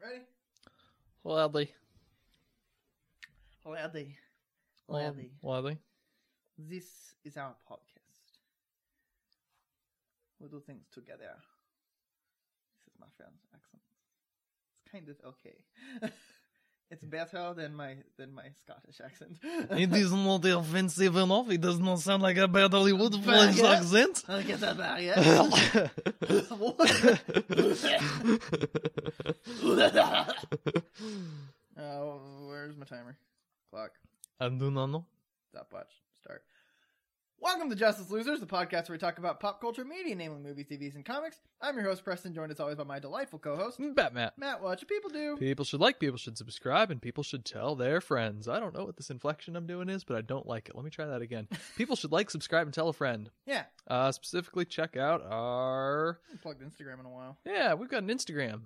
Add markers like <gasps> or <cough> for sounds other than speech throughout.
Ready? Loudly. Loudly. Loud- Loudly. <laughs> Loudly. This is our podcast. We do things together. This is my French accent. It's kind of okay. <laughs> it's better than my than my Scottish accent. It is not offensive enough. It does not sound like a badly wood French Yeah. accent. <laughs> <laughs> Look at that barrier. That's <laughs> oh, where's my timer? Clock. I do not know. Stopwatch. Start. Welcome to Justice Losers, the podcast where we talk about pop culture media, namely movies, TVs, and comics. I'm your host, Preston, joined as always by my delightful co-host, Batman. Matt. What should people do? People should like, people should subscribe, and people should tell their friends. I don't know what this inflection I'm doing is, but I don't like it. Let me try that again. People should like, subscribe, and tell a friend. Yeah. Uh, specifically, check out our. I haven't plugged Instagram in a while. Yeah, we've got an Instagram.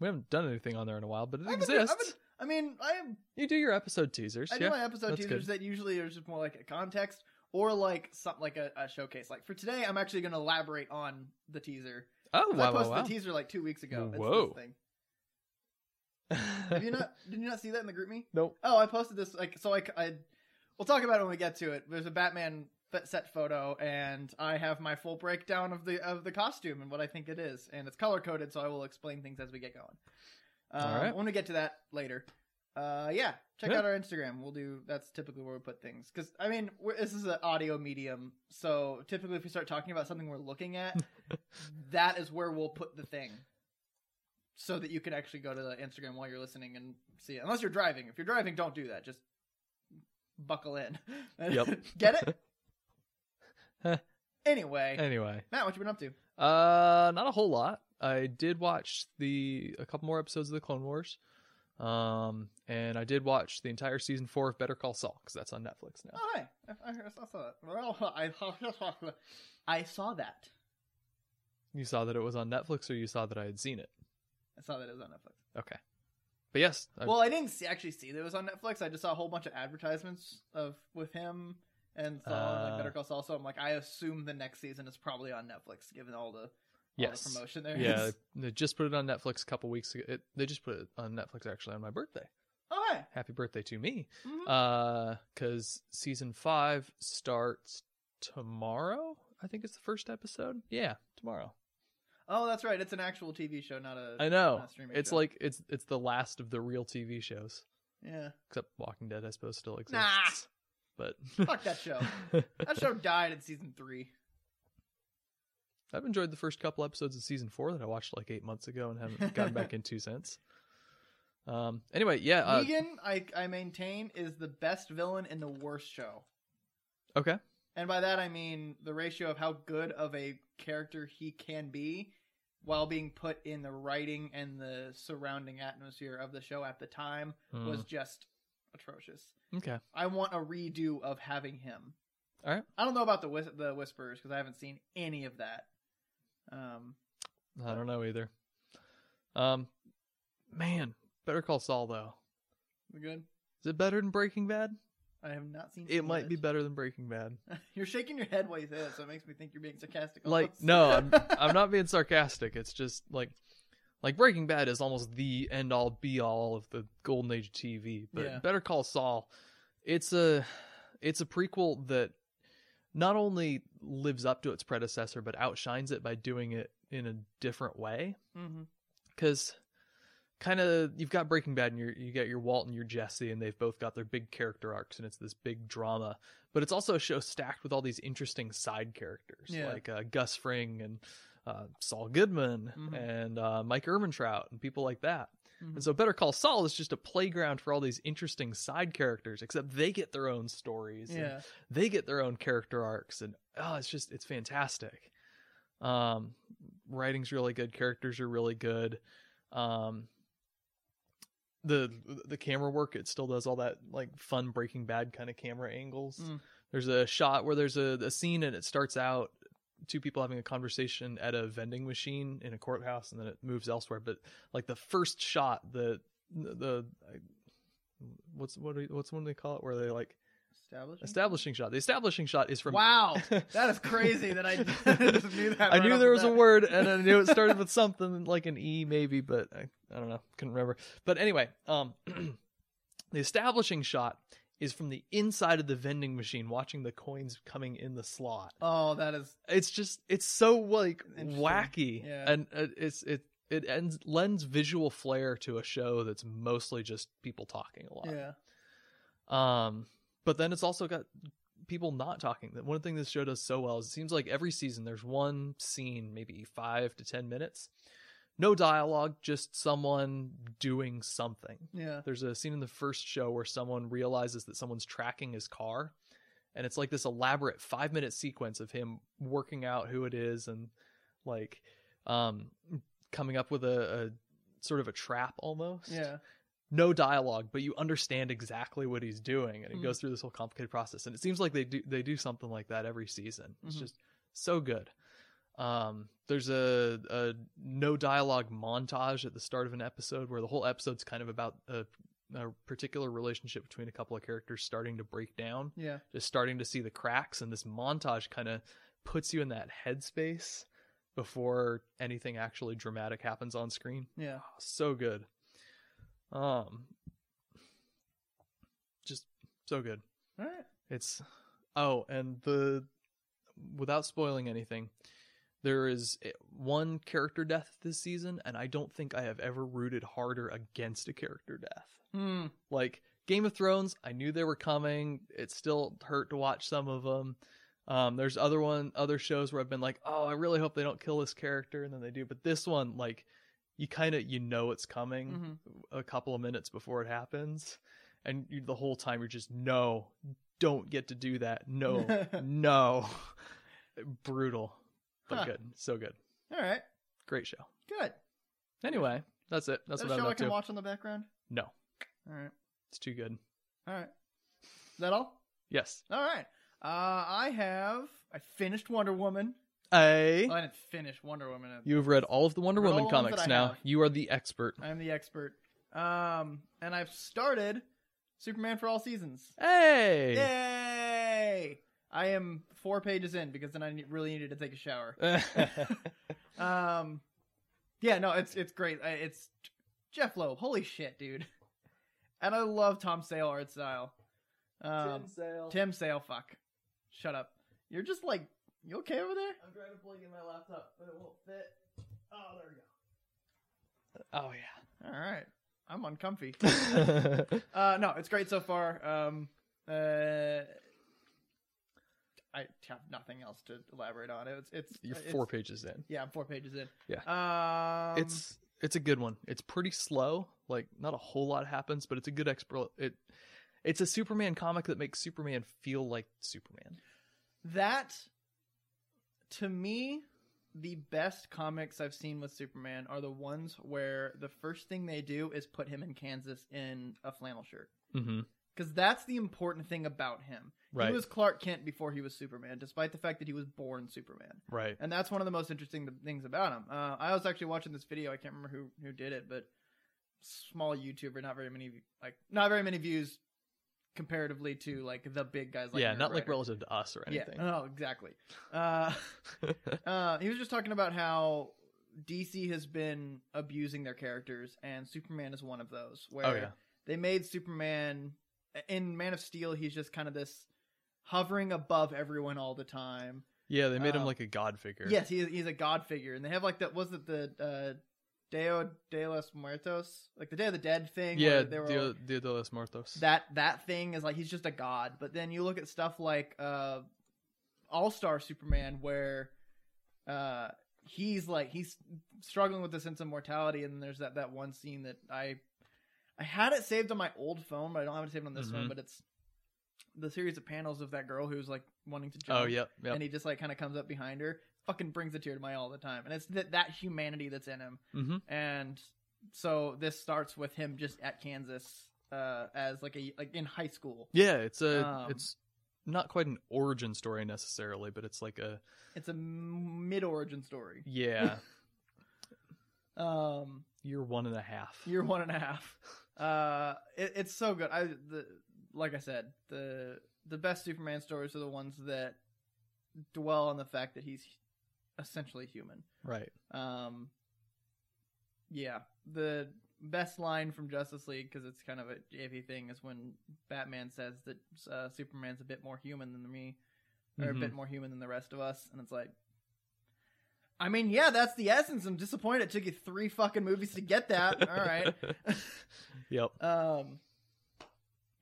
We haven't done anything on there in a while, but it I've been- I've exists. been- I mean, I You do your episode teasers. I do yeah. my episode that's teasers that usually are just more like a context or like something like a, a showcase. Like for today, I'm actually going to elaborate on the teaser. oh 'Cause I wow, wow, posted wow. the teaser like two weeks ago. It's this Whoa. thing. <laughs> Have you not? did you not see that in the group me? nope. Oh, I posted this like so. I, c- I- we'll talk about it when we get to it. There's a Batman f- set photo, and I have my full breakdown of the of the costume and what I think it is, and it's color coded, so I will explain things as we get going. Um, All right. When we get to that later, uh, yeah, check Yeah. out our Instagram. We'll do that's typically where we put things because I mean we're, this is an audio medium, so typically if we start talking about something we're looking <laughs> at, that is where we'll put the thing so that you can actually go to the Instagram while you're listening and see it. Unless you're driving. If you're driving, don't do that. Just buckle in. <laughs> Yep. Get it? anyway, Anyway, Matt, what you been up to? uh, not a whole lot. I did watch the a couple more episodes of the Clone Wars, um, and I did watch the entire season four of Better Call Saul because that's on Netflix now. Oh, hi. I, I saw that. Well, <laughs> I, I saw that. You saw that it was on Netflix, or you saw that I had seen it. I saw that it was on Netflix. Okay, but yes, I, well, I didn't see, actually see that it was on Netflix. I just saw a whole bunch of advertisements of with him and saw like Uh. Better Call Saul. So I'm like, I assume the next season is probably on Netflix, given all the, all the yes, promotion there. <laughs> yeah, is. they just put it on Netflix a couple weeks ago. It, they just put it on Netflix actually on my birthday. Oh, hi. Happy birthday to me, Mhm. because Uh, season five starts tomorrow. I think it's the first episode. Yeah, tomorrow. Oh, that's right. It's an actual TV show, not a. I know. not streaming It's show. like it's it's the last of the real TV shows, yeah. except Walking Dead, I suppose, still exists. Nah. But <laughs> Fuck that show. That show died in season three. I've enjoyed the first couple episodes of season four that I watched like eight months ago and <laughs> haven't gotten back into since. Um. Anyway, yeah. Uh, Negan, I I maintain, is the best villain in the worst show. okay. And by that I mean the ratio of how good of a character he can be while being put in the writing and the surrounding atmosphere of the show at the time Hmm, was just atrocious. okay. I want a redo of having him. All right. I don't know about the whis- the whispers because I haven't seen any of that. Um, I don't know either. Um. Man, Better Call Saul though. we good. Is it better than Breaking Bad? I have not seen. any It of might be better than Breaking Bad. You're shaking your head while you say that, so it makes me think you're being sarcastic. Like, <laughs> almost. no, I'm I'm not being sarcastic. It's just like like Breaking Bad is almost the end all be all of the golden age of TV. But Yeah. Better Call Saul, it's a it's a prequel that not only lives up to its predecessor but outshines it by doing it in a different way Mhm. cuz kind of you've got Breaking Bad and you you got your Walt and your Jesse and they've both got their big character arcs and it's this big drama but it's also a show stacked with all these interesting side characters Yeah. like uh, Gus Fring and uh, Saul Goodman Mhm. and uh, Mike Ehrmantraut and people like that Mhm. and so Better Call Saul is just a playground for all these interesting side characters except they get their own stories and Yeah. they get their own character arcs and oh it's just it's fantastic um writing's really good characters are really good um the the camera work it still does all that like fun breaking bad kind of camera angles Mm. there's a shot where there's a, a scene and it starts out two people having a conversation at a vending machine in a courthouse and then it moves elsewhere but like the first shot the the I- what's what do you- what's one they call it where they like Establishing. Establishing shot. The establishing shot is from. <laughs> Wow, that is crazy that I <laughs> just knew that. I right knew off there the was a bat. word, and <laughs> I knew it started with something like an E, maybe, but I, I don't know, couldn't remember. But anyway, um, <clears throat> the establishing shot is from the inside of the vending machine, watching the coins coming in the slot. Oh, that is It's just, it's so like Interesting. wacky, Yeah. and uh, it's it it ends, lends visual flair to a show that's mostly just people talking a lot. yeah. Um, but then it's also got people not talking. That one thing this show does so well is it seems like every season there's one scene, maybe five to ten minutes, no dialogue, just someone doing something. Yeah. There's a scene in the first show where someone realizes that someone's tracking his car, and it's like this elaborate five minute sequence of him working out who it is and like um coming up with a, a sort of a trap almost Yeah. no dialogue, but you understand exactly what he's doing, and it Mhm. goes through this whole complicated process. And it seems like they do they do something like that every season. It's Mhm. just so good. Um, there's a, a no dialogue montage at the start of an episode where the whole episode's kind of about a, a particular relationship between a couple of characters starting to break down, Yeah. just starting to see the cracks, and this montage kind of puts you in that headspace before anything actually dramatic happens on screen Yeah. so good. Um, just so good. All right. It's oh, and the without spoiling anything, there is one character death this season, and I don't think I have ever rooted harder against a character death. Hmm. Like Game of Thrones, I knew they were coming. It still hurt to watch some of them. Um, there's other one, other shows where I've been like, oh, I really hope they don't kill this character, and then they do. But this one, like, you kind of you know it's coming hmm a couple of minutes before it happens and you, the whole time you're just no don't get to do that <laughs> no no brutal but Huh. good so good All right. great show Good. anyway that's it that's Is that what a i'm show I up can to watch on the background. no All right. it's too good All right. Is that all? yes All right. Uh, I have. I finished Wonder Woman. a Oh, I didn't finish Wonder Woman. I- you've read all of the wonder Read all woman the ones that comics I now have. you are the expert I'm the expert. Um, and I've started Superman for all seasons. hey Yay! I am four pages in because then I ne- really needed to take a shower. <laughs> Um, yeah, no, it's it's great. I- It's Jeff Loeb. Holy shit, dude! And I love Tom Sale art style. <laughs> Um, sale Tim Sale, fuck, shut up. You're just like, you okay over there? I'm trying to plug in my laptop, but it won't fit. Oh, there we go. oh <laughs> All right, I'm uncomfy. <laughs> yeah Uh, no, it's great so far. Um, uh, I have nothing else to elaborate on. It's it's you're it's- four pages in Yeah, I'm four pages in. Yeah. Um, it's it's a good one. It's pretty slow. Like not a whole lot happens, but it's a good expert. It it's a Superman comic that makes Superman feel like Superman. that to me the best comics I've seen with Superman are the ones where the first thing they do is put him in Kansas in a flannel shirt. Mm-hmm. Because that's the important thing about him. Right. He was Clark Kent before he was Superman, despite the fact that he was born Superman. right. and that's one of the most interesting th- things about him. Uh, I was actually watching this video. I can't remember who who did it, but small YouTuber, not very many like not very many views comparatively to like the big guys. like yeah. Nerd Not like Ryder. relative to us or anything. <laughs> Oh, Yeah, no, exactly. Uh, <laughs> uh, he was just talking about how DC has been abusing their characters, and Superman is one of those where oh yeah. they made Superman in Man of Steel. He's just kind of this hovering above everyone all the time. Yeah. They made him um, like a god figure. Yes, he is, he's a god figure, and they have like that. Was it the uh, Deo de los Muertos, like the Day of the Dead thing? Yeah. where they were Dia, like- Dia de los Muertos. that that thing is like he's just a god. But then you look at stuff like uh, All Star Superman, where uh, he's like he's struggling with the sense of mortality, and there's that that one scene that I I had it saved on my old phone, but I don't have it saved on this Mhm. one. But it's the series of panels of that girl who's like wanting to jump oh yep. Yep. and he just like kind of comes up behind her fucking brings a tear to my eye all the time and it's that that humanity that's in him mm-hmm. and so this starts with him just at kansas uh as like a like in high school Yeah. It's a um, it's not quite an origin story necessarily, but it's like a it's a mid origin story <laughs> yeah um year one and a half. year one and a half uh it, it's so good i the like i said the the best Superman stories are the ones that dwell on the fact that he's essentially human. Right. Um, yeah, the best line from Justice League because it's kind of a iffy thing is when Batman says that uh, Superman's a bit more human than me, or a Mhm. bit more human than the rest of us, and it's like. I mean, yeah, that's the essence. I'm disappointed it took you three fucking movies to get that. All <laughs> right. Mm-hmm. yep. Um,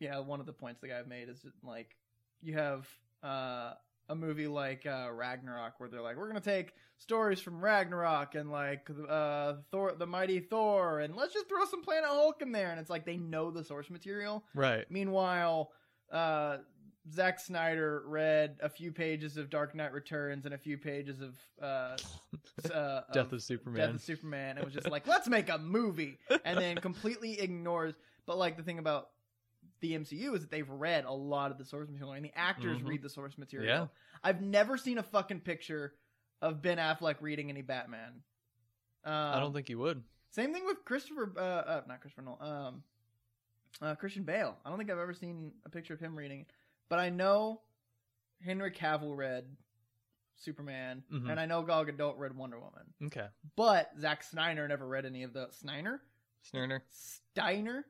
yeah, one of the points the guy made is that, like you have uh, a movie like uh, Ragnarok where they're like, we're gonna take stories from Ragnarok and like uh, Thor, the mighty Thor, and let's just throw some Planet Hulk in there, and it's like they know the source material. Right. Meanwhile, uh, Zack Snyder read a few pages of Dark Knight Returns and a few pages of uh, s- uh, Death of Superman. Death of Superman and was just like, let's make a movie, and <laughs> then completely ignores. But like the thing about the MCU is that they've read a lot of the source material, and the actors Mhm. read the source material. Yeah. I've never seen a fucking picture of Ben Affleck reading any Batman. Um, I don't think you would. Same thing with Christopher, uh, uh not Christopher Nolan, um, uh, Christian Bale. I don't think I've ever seen a picture of him reading, it. but I know Henry Cavill read Superman, Mhm. and I know Gal Gadot read Wonder Woman. Okay. But Zack Snyder never read any of the Snyder, Snurner. <laughs> Steiner,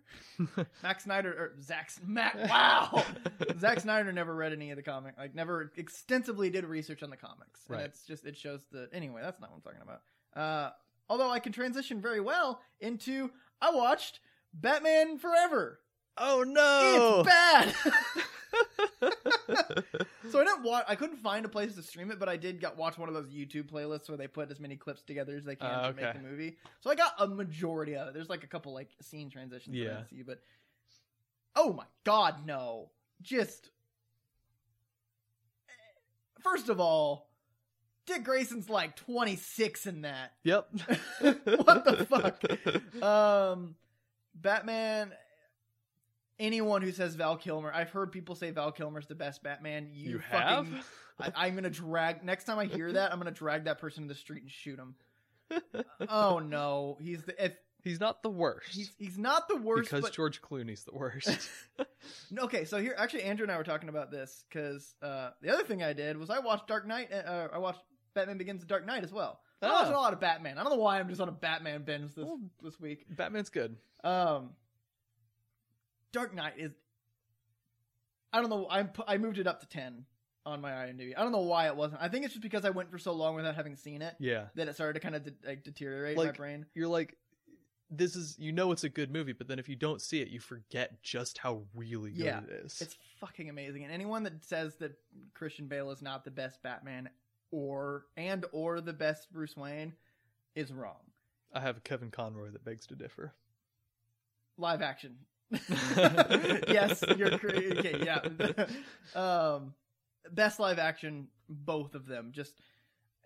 Max Snyder, or Zack. S- <laughs> Mac, wow, Zack Snyder never read any of the comic. Like never extensively did research on the comics. And Right. it's just it shows the anyway. That's not what I'm talking about. Uh, although I can transition very well into I watched Batman Forever. Oh no. It's <laughs> bad. <laughs> so I didn't watch. I couldn't find a place to stream it, but I did got watch one of those YouTube playlists where they put as many clips together as they can Ah, to make okay. the movie. So I got a majority of it. There's like a couple like scene transitions that I Yeah. didn't see, but oh my god, no! Just eh, first of all, Dick Grayson's like 26 in that. <laughs> yep. What the fuck? Um, Batman. Anyone who says Val Kilmer, I've heard people say Val Kilmer's the best Batman. You, You, have? fucking, I, I'm gonna drag. Next time I hear that, I'm gonna drag that person to the street and shoot him. oh no, he's the if He's not the worst. he's he's not the worst. because but, George Clooney's <laughs> the worst. No, Okay, so here actually Andrew and I were talking about this because uh, the other thing I did was I watched Dark Knight. uh, Uh, I watched Batman Begins and Dark Knight as well. I watched a Oh. lot of Batman. I don't know why I'm just on a Batman binge this Well, this week. Batman's good. Um, Dark Knight is. I don't know. I pu- I moved it up to ten on my IMDb. I don't know why it wasn't. I think it's just because I went for so long without having seen it Yeah. that it started to kind of de- like deteriorate my Like- brain. You're like this is you know it's a good movie, but then if you don't see it, you forget just how really good Yeah. it is. It's fucking amazing. And anyone that says that Christian Bale is not the best Batman or and or the best Bruce Wayne is wrong. I have Kevin Conroy that begs to differ. Live action. <laughs> yes, you're cra- okay. Yeah. <laughs> um best live action both of them just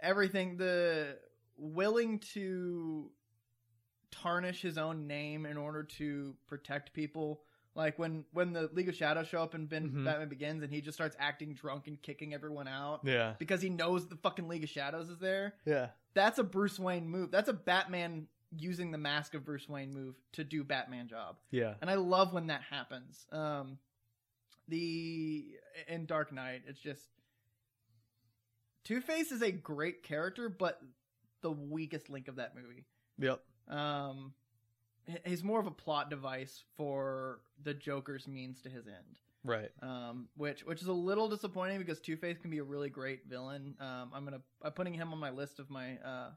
everything the willing to tarnish his own name in order to protect people like when when the league of shadows show up and ben Mhm. batman begins and he just starts acting drunk and kicking everyone out <laughs> Yeah. because he knows the fucking league of shadows is there Yeah. that's a bruce wayne move that's a batman using the mask of bruce wayne move to do batman job Yeah. and I love when that happens. Um, the in Dark Knight, it's just Two Face is a great character, but the weakest link of that movie. Yep. Um, h- he's more of a plot device for the Joker's means to his end. Right. Um, which which is a little disappointing because Two Face can be a really great villain. Um, I'm gonna I'm putting him on my list of my uh,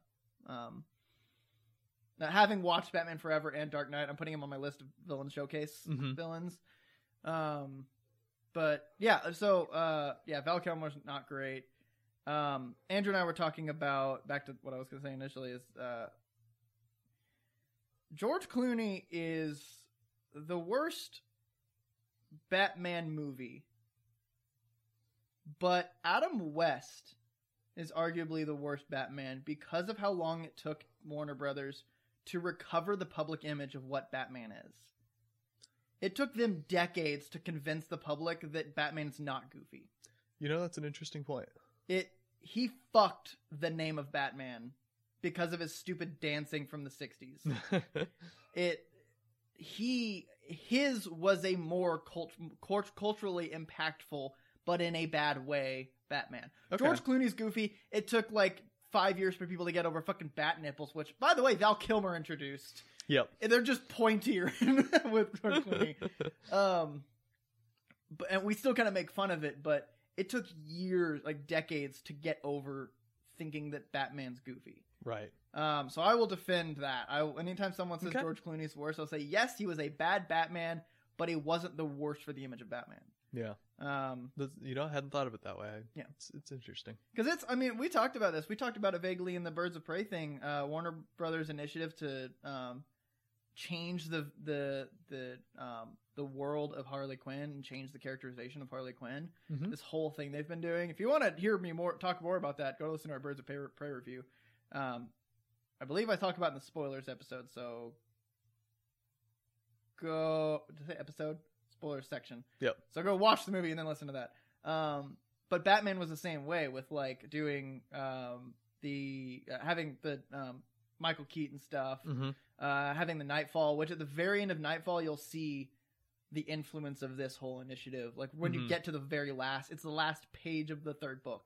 um, now, having watched Batman Forever and Dark Knight, I'm putting him on my list of villain showcase Mhm. villains. Um, but yeah, so uh, yeah, Val Kilmer's not great. Um, Andrew and I were talking about back to what I was gonna say initially is uh, George Clooney is the worst Batman movie, but Adam West is arguably the worst Batman because of how long it took Warner Brothers to recover the public image of what Batman is. It took them decades to convince the public that Batman's not goofy. You know that's an <laughs> interesting point. It he fucked the name of Batman because of his stupid dancing from the <laughs> 60s it he his was a more cult, cult, culturally impactful but in a bad way Batman. Okay. George Clooney's goofy. It took like five years for people to get over fucking bat nipples, which, by the way, Val Kilmer introduced. <laughs> Yep. They're just pointier <laughs> with George Clooney. Um, but and we still kind of make fun of it, but it took years, like decades, to get over thinking that Batman's goofy. right. Um, so I will defend that. I anytime someone says Okay. George Clooney's worse, I'll say yes, he was a bad Batman, but he wasn't the worst for the image of Batman. Yeah. Um, That's, you know, I hadn't thought of it that way. I- Yeah. It's, it's interesting. because it's, I mean, we talked about this. We talked about it vaguely in the Birds of Prey thing, uh, Warner Brothers initiative to um, change the the the um, the world of Harley Quinn and change the characterization of Harley Quinn. Mhm. This whole thing they've been doing. If you want to hear me more, talk more about that, go listen to our Birds of Prey, Prey review. Um, I believe I talk about it in the spoilers episode. So go did I say episode spoilers section. Yep. So go watch the movie and then listen to that. Um, but Batman was the same way with like doing um, the uh, having the um, Michael Keaton stuff, Mhm. uh, having the Nightfall, which at the very end of Nightfall you'll see the influence of this whole initiative. Like when Mhm. you get to the very last, it's the last page of the third book.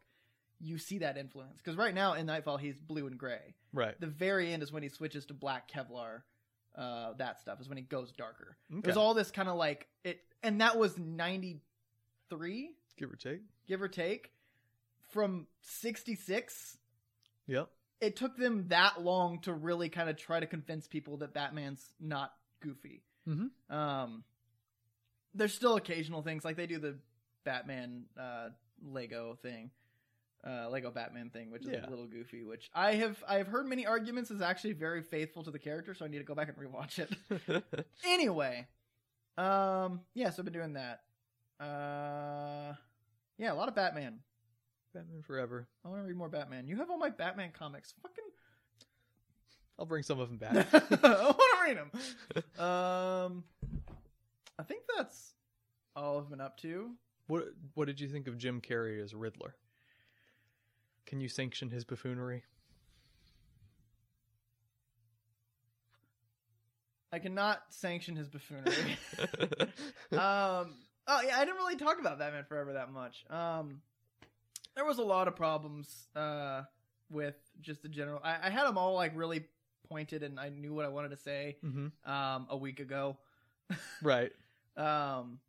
You see that influence because right now in Nightfall he's blue and gray Right. the very end is when he switches to black Kevlar. Uh, that stuff is when he goes darker. Okay. There's all this kind of like it, and that was '93, Give or take. give or take, from '66. <laughs> Yep. It took them that long to really kind of try to convince people that Batman's not goofy. Mhm. Um, there's still occasional things like they do the Batman uh, Lego thing, uh, Lego Batman thing, which is Yeah. a little goofy. Which I have I have heard many arguments is actually very faithful to the character, so I need to go back and rewatch it. <laughs> anyway, um, yeah, so I've been doing that. Uh, yeah, a lot of Batman. Batman Forever. I want to read more Batman. You have all my Batman comics. Fucking, I'll bring some <laughs> of them back. I want to read them. Um, I think that's all I've been up to. what What did you think of Jim Carrey as Riddler? Can you sanction <laughs> his buffoonery? I cannot sanction his <laughs> buffoonery. um, oh yeah, I didn't really talk about Batman Forever that much. Um, there was a lot of problems uh, with just the general. I, I had them all like really pointed, and I knew what I wanted to say hmm um, a week ago. Right. Um,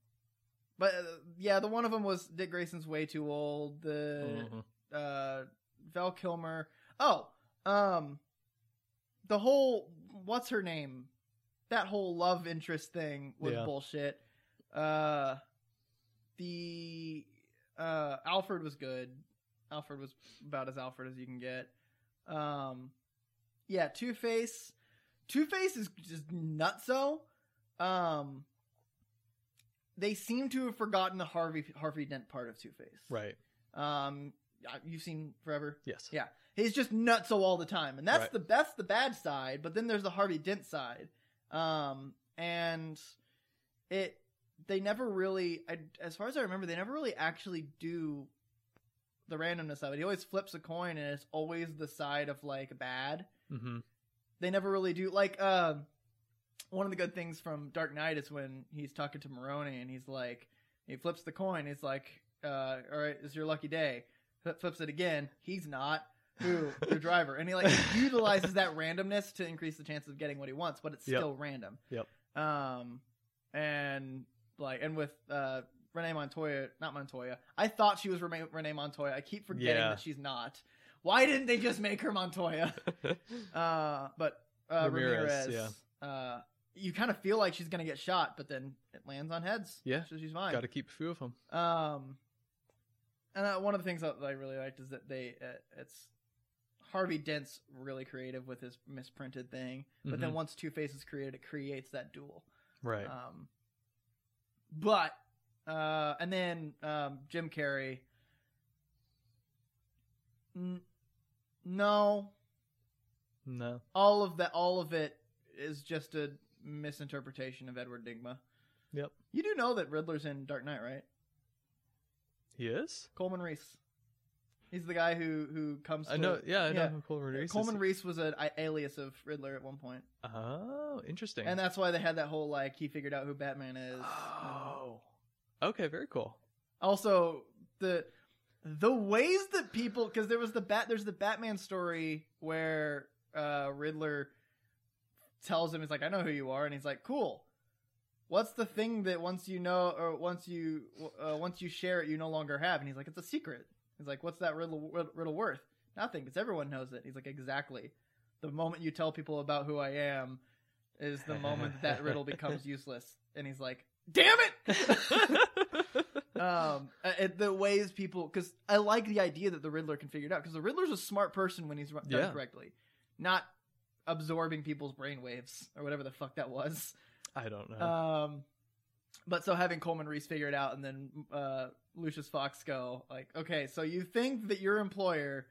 but uh, yeah, the one of them was Dick Grayson's way too old. The Mhm. uh, Val Kilmer. Oh, um, the whole what's her name? That whole love interest thing was Yeah. bullshit. Uh, the uh, Alfred was good. Alfred was about as Alfred as you can get. Um, yeah, Two Face. Two Face is just nutso. Um, they seem to have forgotten the Harvey Harvey Dent part of Two Face. Right. Um, I- you've seen forever. Yes. Yeah. He's just nutso all the time, and that's Right. the that's the bad side. But then there's the Harvey Dent side, um, and it they never really, I, as far as I remember, they never really actually do the randomness of it. He always flips a coin, and it's always the side of like bad hmm they never really do like uh, one of the good things from dark knight is when he's talking to Maroni and he's like he flips the coin he's like uh, all right it's your lucky day Flip- flips it again he's not who <laughs> your driver and he like utilizes that randomness to increase the chances of getting what he wants but it's Yep. still random Yep. um and like and with uh renee montoya not montoya i thought she was renee, renee montoya i keep forgetting Yeah. that she's not why didn't they just make her montoya uh, but uh, Ramirez, Ramirez, uh, you kind of feel like she's gonna get shot, but then it lands on heads. Yeah. so she's <laughs> fine. Got to keep a few of them. Um, and uh, one of the things that I really liked is that they uh, it's Harvey Dent's really creative with his misprinted thing, but then once Two Face is created, it creates that duel. Mm-hmm. Right. Um, but uh, and then um, Jim Carrey. N- no, no. all of that all of it is just a misinterpretation of Edward Digma. Yep. You do know that Riddler's in Dark Knight, right? He is. Coleman Reese. He's the guy who who comes to I know. Yeah. I know. yeah. who Coleman Reese. is. Coleman Reese was an i- alias of Riddler at one point. Oh, interesting. And that's why they had that whole <sighs> <sighs> like he figured out who Batman is. Oh. Okay. Very cool. Also, the the ways that people because there was the bat there's the Batman story where uh Riddler tells him he's like I know who you are and he's like cool. What's the thing that once you know or once you uh, once you share it you no longer have and he's like it's a secret. He's like what's that riddle riddle worth? Nothing because everyone knows it. He's like exactly. The moment you tell people about who I am is the moment that, that riddle becomes useless and he's like damn it. <laughs> um uh, it, the ways people because i like the idea that the riddler can figure it out because the riddler's a smart person when he's ru- done Yeah. correctly not absorbing people's brain waves or whatever the fuck that was <laughs> I don't know. um but so having coleman reese figure it out and then uh lucius fox go like okay so you think that your employer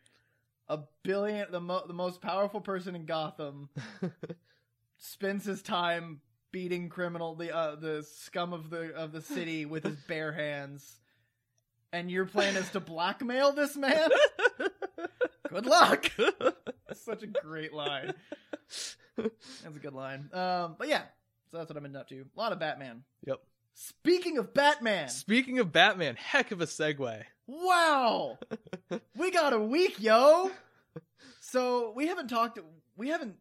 a billion the, mo- the most powerful person in gotham spends his time beating criminal the uh, the scum of the of the city with his bare hands and your plan is to blackmail this man good luck that's such a great line that's a good line um but yeah so that's what i've been up to a lot of batman Yep. speaking of batman <laughs> Speaking of Batman, heck of a segue. <laughs> wow we got a week yo so we haven't talked we haven't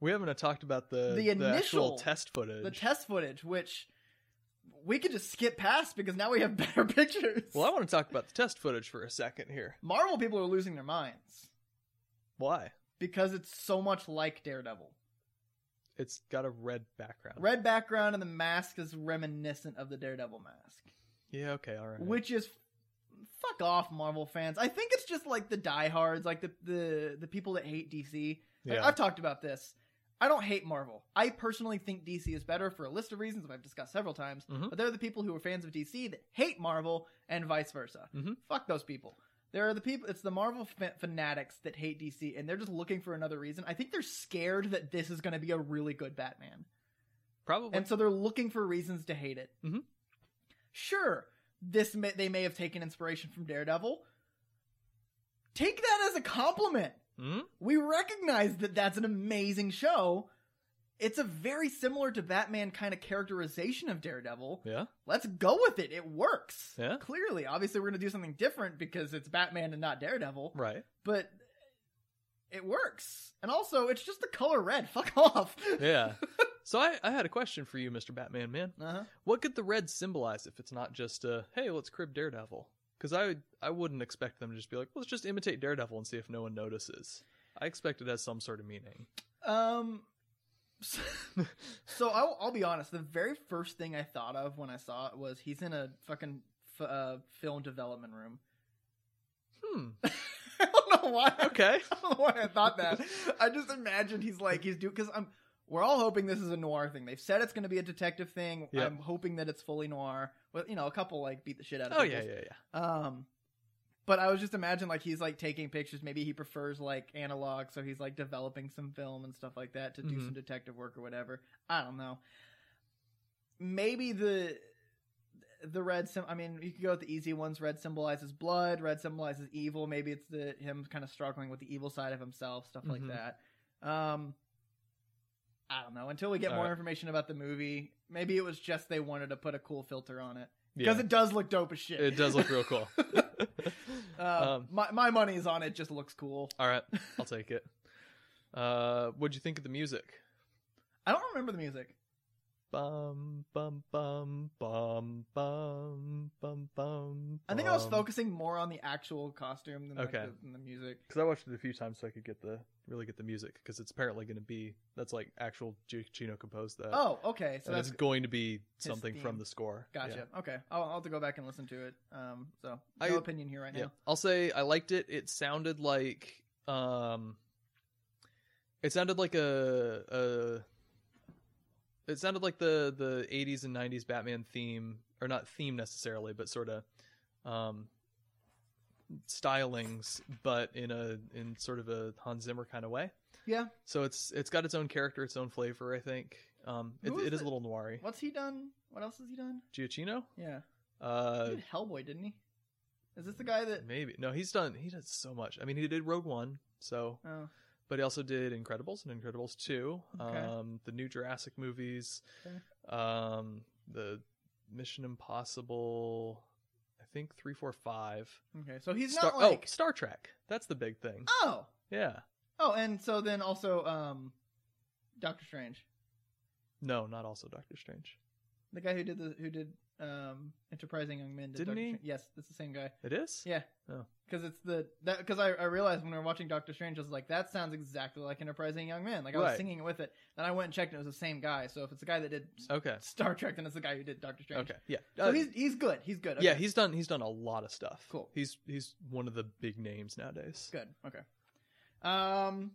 We haven't talked about the The the actual initial- test footage. the test footage, which we could just skip past because now we have <laughs> better pictures. well, I want to talk about the test footage for a second here. Marvel people are losing their minds Why? because it's so much like Daredevil. It's got a red background. Red background and the mask is reminiscent of the Daredevil mask, Yeah. Okay. All right. which is fuck off, Marvel fans. I think it's just like the diehards, like the the the people that hate DC. Like, yeah. I've talked about this. I don't hate Marvel. I personally think DC is better for a list of reasons that I've discussed several times. Mhm. But they're the people who are fans of DC that hate Marvel and vice versa. Mhm. Fuck those people. There are the people. It's the Marvel fa- fanatics that hate DC, and they're just looking for another reason. I think they're scared that this is going to be a really good Batman, Probably. and so they're looking for reasons to hate it. Mhm. Sure, this may, they may have taken inspiration from Daredevil. Take that as a compliment. Hmm? We recognize that that's an amazing show. It's a very similar to Batman kind of characterization of Daredevil. Yeah. Let's go with it. It works. Yeah. Clearly, obviously, we're going to do something different because it's Batman and not Daredevil, Right. but it works. And also, it's just the color red. <laughs> Fuck off. <laughs> Yeah. so I, I had a question for you, Mr. Batman Man. Uh-huh. What could the red symbolize if it's not just a hey, let's crib Daredevil? Because I would- I wouldn't expect them to just be like, let's just imitate Daredevil and see if no one notices. I expect it has some sort of meaning. <laughs> Um. So, so I'll, I'll be honest. The very first thing I thought of when I saw it was he's in a fucking f- uh, film development room. <laughs> Hmm. I don't know why. Okay. I don't know why I thought that. I just imagined he's like he's doing because I'm. We're all hoping this is a noir thing. They've said it's going to be a detective thing. Yeah. I'm hoping that it's fully noir. Well, you know, a couple like beat the shit out of. Oh yeah, people. yeah, yeah. Um, but I was just imagine like he's like taking pictures. Maybe he prefers like analog, so he's like developing some film and stuff like that to do Mhm. some detective work or whatever. I don't know. Maybe the the red sim. I mean, you could go with the easy ones. Red symbolizes blood. Red symbolizes evil. Maybe it's the him kind of struggling with the evil side of himself, stuff Mhm. like that. Um, I don't know. Until we get All more right. information about the movie, maybe it was just they wanted to put a cool filter on it Yeah. because it does look dope as shit. It does look <laughs> real cool. <laughs> Uh, Um, my my money's on it. Just looks cool. All right, I'll take it. Uh, what'd you think of the music? I don't remember the music. Bum bum bum bum bum bum bum. I think I was bum. focusing more on the actual costume than, like, Um, Okay. the, than the music. Because I watched it a few times so I could get the really get the music because it's apparently going to be that's like actual G- Gino composed Uh, that. Oh, okay. So and that's it's going to be his something theme. from the score. gotcha. Okay, I'll, I'll have to go back and listen to it. Um, so no I- opinion here right Yeah. yeah, now. I'll say I liked it. It sounded like um, it sounded like a a. It sounded like the the 80s and 90s Batman theme, or not theme necessarily, but sort of um, stylings, but in a in sort of a Hans Zimmer kind of way. Yeah. So it's it's got its own character, its own flavor. I think um, it, Who is it is a it? little noiry. What's he done? What else has he done? Giacchino, Yeah, he uh, did Hellboy, didn't he? Is this the guy that? maybe no, he's done he does so much. I mean, he did Rogue One, so Oh, but he also did Incredibles and Incredibles Two, Okay. um, the new Jurassic movies, Okay. um, the Mission Impossible. I think three, four, five. Okay, so he's Star- not oh, like Star Trek. That's the big thing. oh. Yeah. oh, and so then also um, Doctor Strange, No, not also Doctor Strange. the guy who did the who did um, Enterprising Young Men. Did Didn't Doctor he? Strange. Yes, it's the same guy. It is. Yeah. Oh. Because it's the that because I, I realized when we were watching Doctor Strange, I was like, that sounds exactly like Enterprising Young Man. Like I was Right. singing it with it. Then I went and checked, and it was the same guy. So if it's the guy that did Okay. Star Trek, then it's the guy who did Doctor Strange. Okay. Yeah. So Uh, he's he's good. He's good. Yeah, Okay. he's done. He's done a lot of stuff. Cool. He's he's one of the big names nowadays. good. Okay. Um.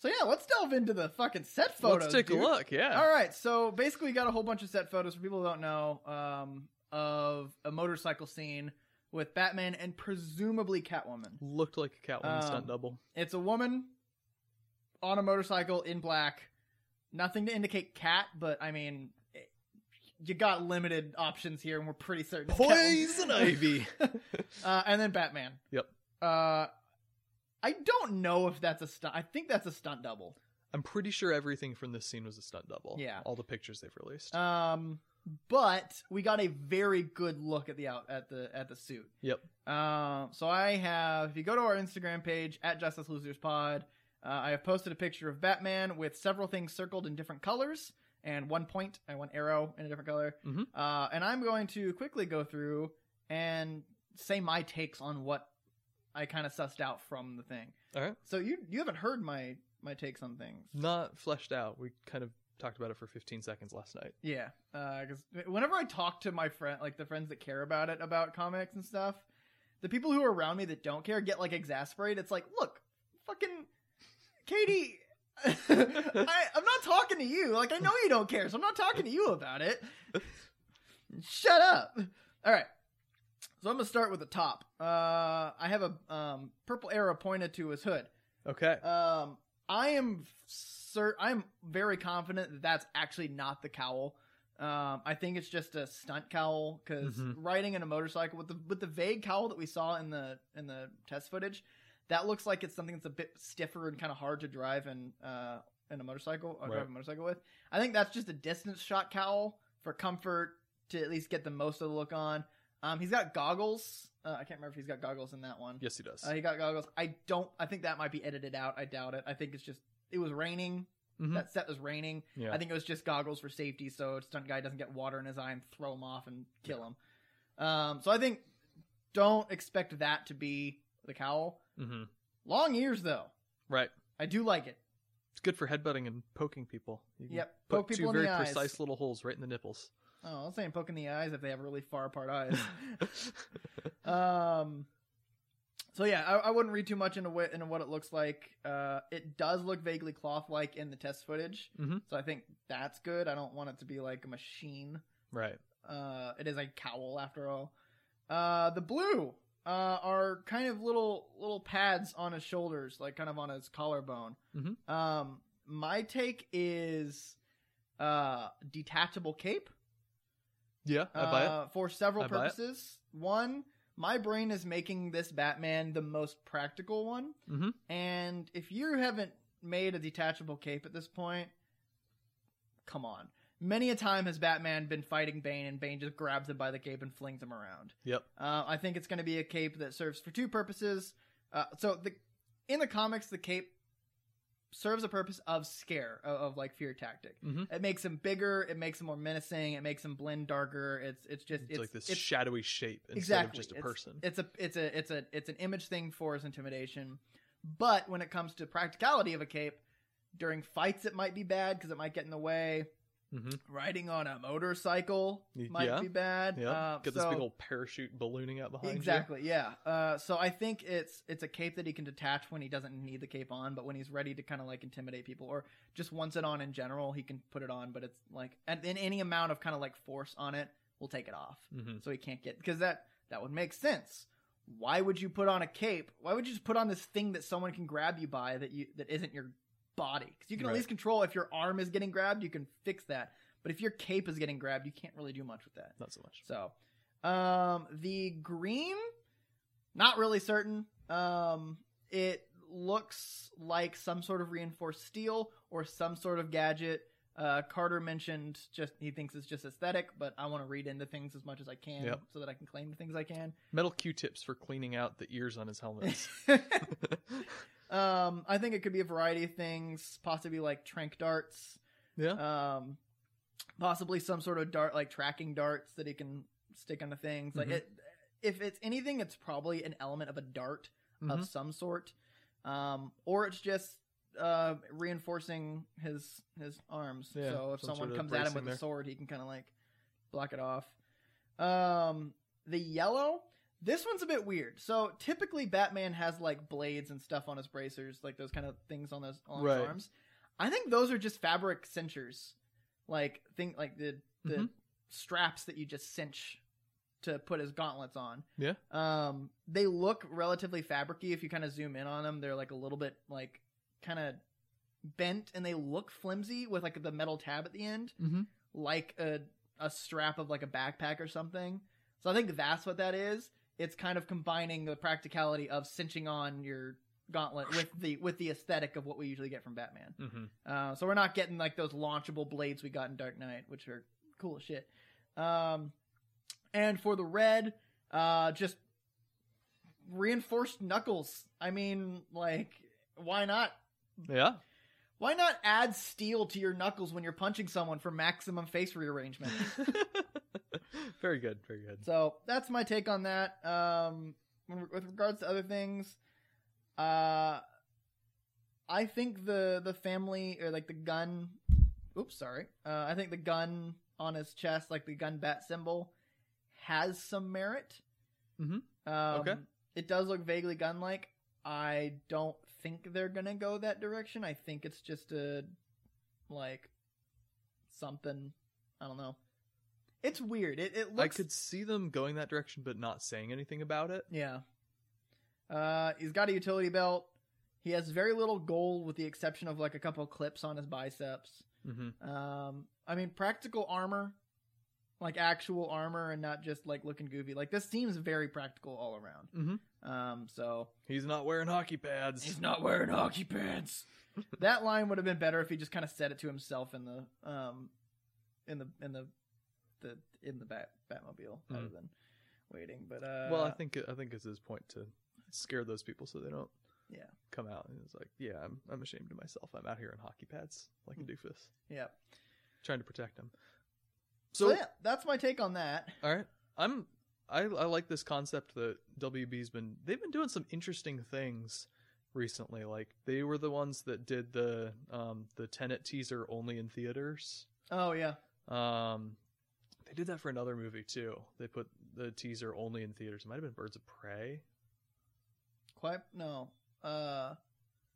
So yeah, let's delve into the fucking set photos. Let's take dude. a look. Yeah. All right, so basically, we got a whole bunch of set photos for people who don't know um, of a motorcycle scene with Batman and presumably Catwoman. Looked like a Catwoman Um, stunt double. It's a woman on a motorcycle in black. Nothing to indicate cat, but I mean, it- you got limited options here, and we're pretty certain. it's Catwoman. Poison Ivy. <laughs> <laughs> uh, and then Batman. Yep. Uh, I don't know if that's a stunt. I think that's a stunt double. I'm pretty sure everything from this scene was a stunt double. Yeah. All the pictures they've released. Um, but we got a very good look at the out at the at the suit. Yep. Um, so I have if you go to our Instagram page at Justice Losers Pod, uh, I have posted a picture of Batman with several things circled in different colors and one point and one arrow in a different color. Mhm. Uh, and I'm going to quickly go through and say my takes on what I kind of sussed out from the thing. All right. So you you haven't heard my my takes on things. Not fleshed out. We kind of talked about it for 15 seconds last night. Yeah, because whenever I talk to my friend, like the friends that care about it, about comics and stuff, the people who are around me that don't care get like exasperated. It's like, look, fucking Katie, <laughs> I, I'm not talking to you. Like I know you don't care, so I'm not talking to you about it. Shut up. All right. So I'm gonna start with the top. Uh, I have a um, purple arrow pointed to his hood. Okay. Um, I am cer- I'm very confident that that's actually not the cowl. Um, I think it's just a stunt cowl because Mhm. riding in a motorcycle with the with the vague cowl that we saw in the in the test footage, that looks like it's something that's a bit stiffer and kind of hard to drive in uh in a motorcycle or Right. drive a motorcycle with. I think that's just a distance shot cowl for comfort to at least get the most of the look on. Um, he's got goggles. Uh, I can't remember if he's got goggles in that one. yes, he does. Uh, he got goggles. I don't. I think that might be edited out. I doubt it. I think it's just it was raining. Mhm. That set was raining. yeah. I think it was just goggles for safety, so a stunt guy doesn't get water in his eye and throw him off and kill him. Um, so I think don't expect that to be the cowl. hmm Long ears though, Right. I do like it. It's good for headbutting and poking people. You can Yep, Put poke people two in very the eyes. precise little holes right in <laughs> the nipples. <laughs> Oh, I was saying poking the eyes if they have really far apart eyes. um so yeah I, I wouldn't read too much into what into what it looks like uh it does look vaguely cloth like in the test footage Mhm. so i think that's good i don't want it to be like a machine right. uh it is a cowl after all uh the blue uh are kind of little little pads on his shoulders like kind of on his collarbone Mhm. um my take is uh detachable cape Yeah. I buy it. uh, for several I buy it. purposes. One, my brain is making this Batman the most practical one. Mhm. And if you haven't made a detachable cape at this point, come on. Many a time has Batman been fighting Bane, and Bane just grabs him by the cape and flings him around. Yep. Uh, I think it's going to be a cape that serves for two purposes. Uh, so the in the comics, the cape serves a purpose of scare of, of like fear tactic. Mhm. It makes him bigger. It makes him more menacing. It makes him blend darker. It's it's just It's, it's like this it's, shadowy shape instead exactly of just a It's- person. It's, a it's a it's a it's an image thing for his intimidation. But when it comes to practicality of a cape, during fights it might be bad because it might get in the way. hmm Riding on a motorcycle Y- might yeah. be bad. Yeah. Uh, Got this so- big old parachute ballooning out behind exactly yeah uh, so i think it's it's a cape that he can detach when he doesn't need the cape on but when he's ready to kind of like intimidate people or just wants it on in general he can put it on but it's like and in any amount of kind of like force on it will take it off you. hmm so he can't get because that that would make sense why would you put on a cape why would you just put on this thing that someone can grab you by that you that isn't your body because you can Right. at least control if your arm is getting grabbed you can fix that but if your cape is getting grabbed you can't really do much with that Not so much. so, um, the green, not really certain. Um, it looks like some sort of reinforced steel or some sort of gadget. Uh, Carter mentioned just he thinks it's just aesthetic, but I want to read into things as much as I can Yep. so that I can claim the things I can. Metal Q-tips for cleaning out the ears on his <laughs> helmets. <laughs> um, I think it could be a variety of things, possibly like trank darts, yeah. um, possibly some sort of dart like tracking darts that he can stick onto things. Like Mhm. it, if it's anything, it's probably an element of a dart Mhm. of some sort, um, or it's just uh, reinforcing his his arms. Yeah, so if some someone sort of comes at him bracing with there. a sword, he can kind of like block it off. Um, the yellow. This one's a bit weird. So typically, Batman has like blades and stuff on his bracers, like those kind of things on those on Right. his arms. I think those are just fabric cinchers, like thing like the the Mhm. straps that you just cinch to put his gauntlets on. Yeah. Um, they look relatively fabricy if you kind of zoom in on them. They're like a little bit like kind of bent, and they look flimsy with like the metal tab at the end, Mhm. like a a strap of like a backpack or something. So I think that's what that is. It's kind of combining the practicality of cinching on your gauntlet with the with the aesthetic of what we usually get from Batman. Mm-hmm. Uh, so we're not getting like those launchable blades we got in Dark Knight, which are cool as shit. Um, and for the red, uh, just reinforced knuckles. I mean, like, why not? Yeah. <laughs> Why not add steel to your knuckles when you're punching someone for maximum face rearrangement? very good. Very good. So that's my take on that. Um, when- with regards to other things, uh, I think the the family or like the gun. Oops, sorry. Uh, I think the gun on his chest, like the gun bat symbol, has some merit. Mhm. Um, Okay. It does look vaguely gun like. I don't think they're gonna go that direction. I think it's just a like something. I don't know. It's weird. It it I looks could see them going that direction, but not saying anything about it. yeah. Uh, he's got a utility belt. He has very little gold, with the exception of like a couple clips on his biceps. Mm-hmm. Um, I mean, practical armor, like actual armor, and not just like looking goofy. Like this seems very practical all around. Mhm. Um, so He's not wearing hockey pads. not wearing hockey pants. <laughs> that line would have been better if he just kind of said it to himself in the um, in the in the the in the bat Batmobile, rather than waiting. But uh, Mm-hmm. well, I think I think it's his point to scare those people so they don't. Yeah. Come out and it's like, yeah, I'm I'm ashamed of myself. I'm out here in hockey pads like a Mm. doofus, yeah. trying to protect him. So, yeah, that's my take on that. All right. I'm I I like this concept that WB's been they've been doing some interesting things recently. Like they were the ones that did the um the Tenet teaser only in theaters. Oh yeah, Um they did that for another movie too. They put the teaser only in theaters. It might have been Birds of Prey. I quite no. Uh,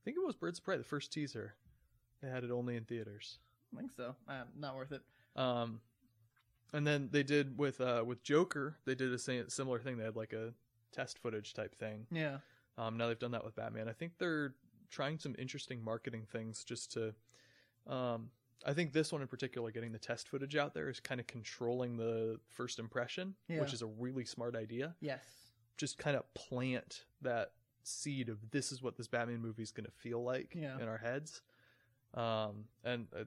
think it was Birds of Prey, the first teaser. They had it only in theaters. I think so. Uh, not worth it. Um, and then they did with uh with Joker. They did a sa- similar thing. They had like a test footage type thing. Yeah, Um, now they've done that with Batman. I think they're trying some interesting marketing things just to. Um, I think this one in particular, getting the test footage out there, is kind of controlling the first impression, Yeah. which is a really smart idea. yes, Just kind of plant that seed of this is what this Batman movie is going to feel like Yeah. in our heads. Um, and uh,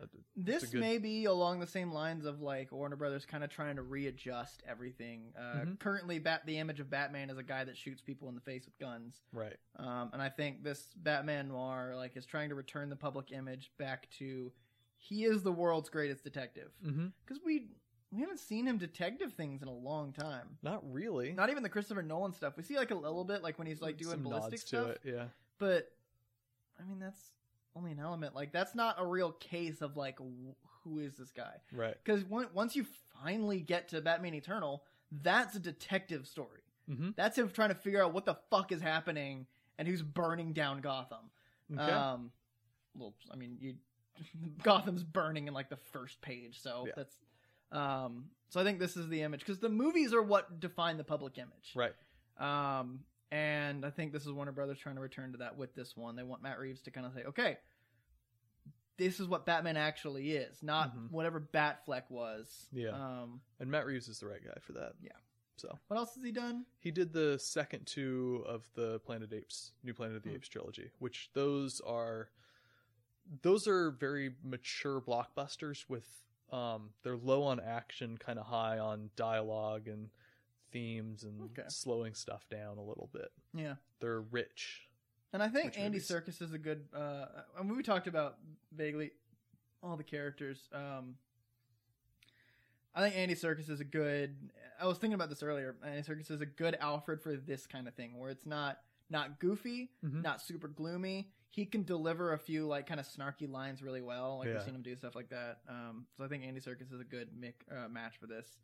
uh, this It's a good- may be along the same lines of like Warner Brothers kind of trying to readjust everything. Uh, Mhm. Currently, bat the image of Batman is a guy that shoots people in the face with guns, right, um, and I think this Batman noir like is trying to return the public image back to he is the world's greatest detective mm-hmm. because we we haven't seen him detective things in a long time. not really. Not even the Christopher Nolan stuff. We see like a little bit, like when he's like doing Some ballistic nods stuff. to it, yeah. But I mean, that's only an element. Like that's not a real case of like wh- who is this guy? Right. Because once you finally get to Batman Eternal, that's a detective story. Mhm. That's him trying to figure out what the fuck is happening and who's burning down Gotham. Okay. Um, well, I mean, you <laughs> Gotham's burning in like the first page, so Yeah. that's. Um, so I think this is the image because the movies are what define the public image. right. Um, and I think this is Warner Brothers trying to return to that with this one. They want Matt Reeves to kind of say, okay, this is what Batman actually is, not Mhm. whatever Batfleck was. Yeah. Um, And Matt Reeves is the right guy for that. Yeah. So. what else has he done? He did the second two of the Planet Apes, New Planet of the Hmm. Apes trilogy, which those are those are very mature blockbusters with um they're low on action, kind of high on dialogue and themes and Okay. slowing stuff down a little bit. Yeah. They're rich. And I think Which Andy movies? Circus is a good. Uh, and we talked about vaguely all the characters. Um, I think Andy Circus is a good. I was thinking about this earlier. Andy Circus is a good Alfred for this kind of thing, where it's not not goofy, Mhm. not super gloomy. He can deliver a few like kind of snarky lines really well. Like Yeah. we've seen him do stuff like that. Um, so I think Andy Circus is a good mic, uh, match for this.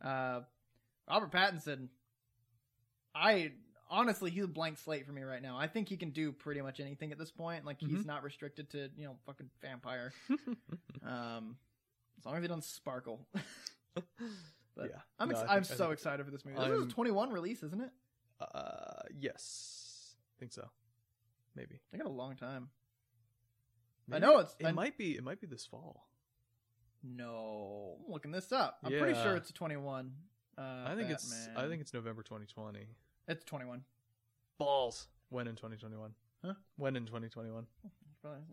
Uh, Robert Pattinson, I honestly he's a blank slate for me right now. I think he can do pretty much anything at this point. Like Mm-hmm. he's not restricted to you know fucking <laughs> vampire. Um, as long as he doesn't sparkle. <sighs> <laughs> But yeah. I'm No, ex- I think- I'm I so think- excited for this movie. This is a I'm- 21 release, isn't it? Uh yes. I think so. Maybe. They got a long time. I Maybe. know it's. It I- might be it might be this fall. No, I'm looking this up. I'm pretty sure Yeah. it's a 21. Uh, I think it's I Batman. think it's November 2020. it's 21. Balls. When in 2021? Huh? When in 2021?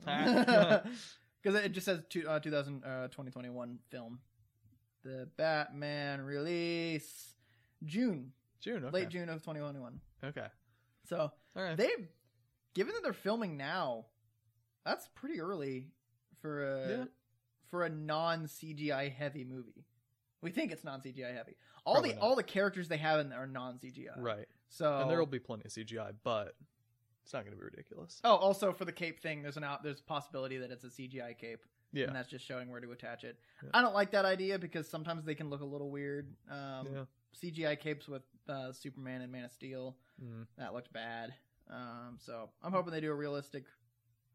Ah. <laughs> Because it just says two, uh, 2000, uh, 2021 film. The Batman release June, June. Okay. late June of 2021. Okay. So All right. they, given that they're filming now, that's pretty early for a Yeah. for a non CGI heavy movie. We think it's non CGI heavy. All Probably the not. all the characters they have in there are non CGI. right. So And there will be plenty of CGI, but it's not going to be ridiculous. Oh, also for the cape thing, there's an out there's a possibility that it's a CGI cape, yeah. and that's just showing where to attach it. Yeah. I don't like that idea because sometimes they can look a little weird. Um, yeah. CGI capes with uh, Superman and Man of Steel Mm. that looked bad. Um, so I'm hoping they do a realistic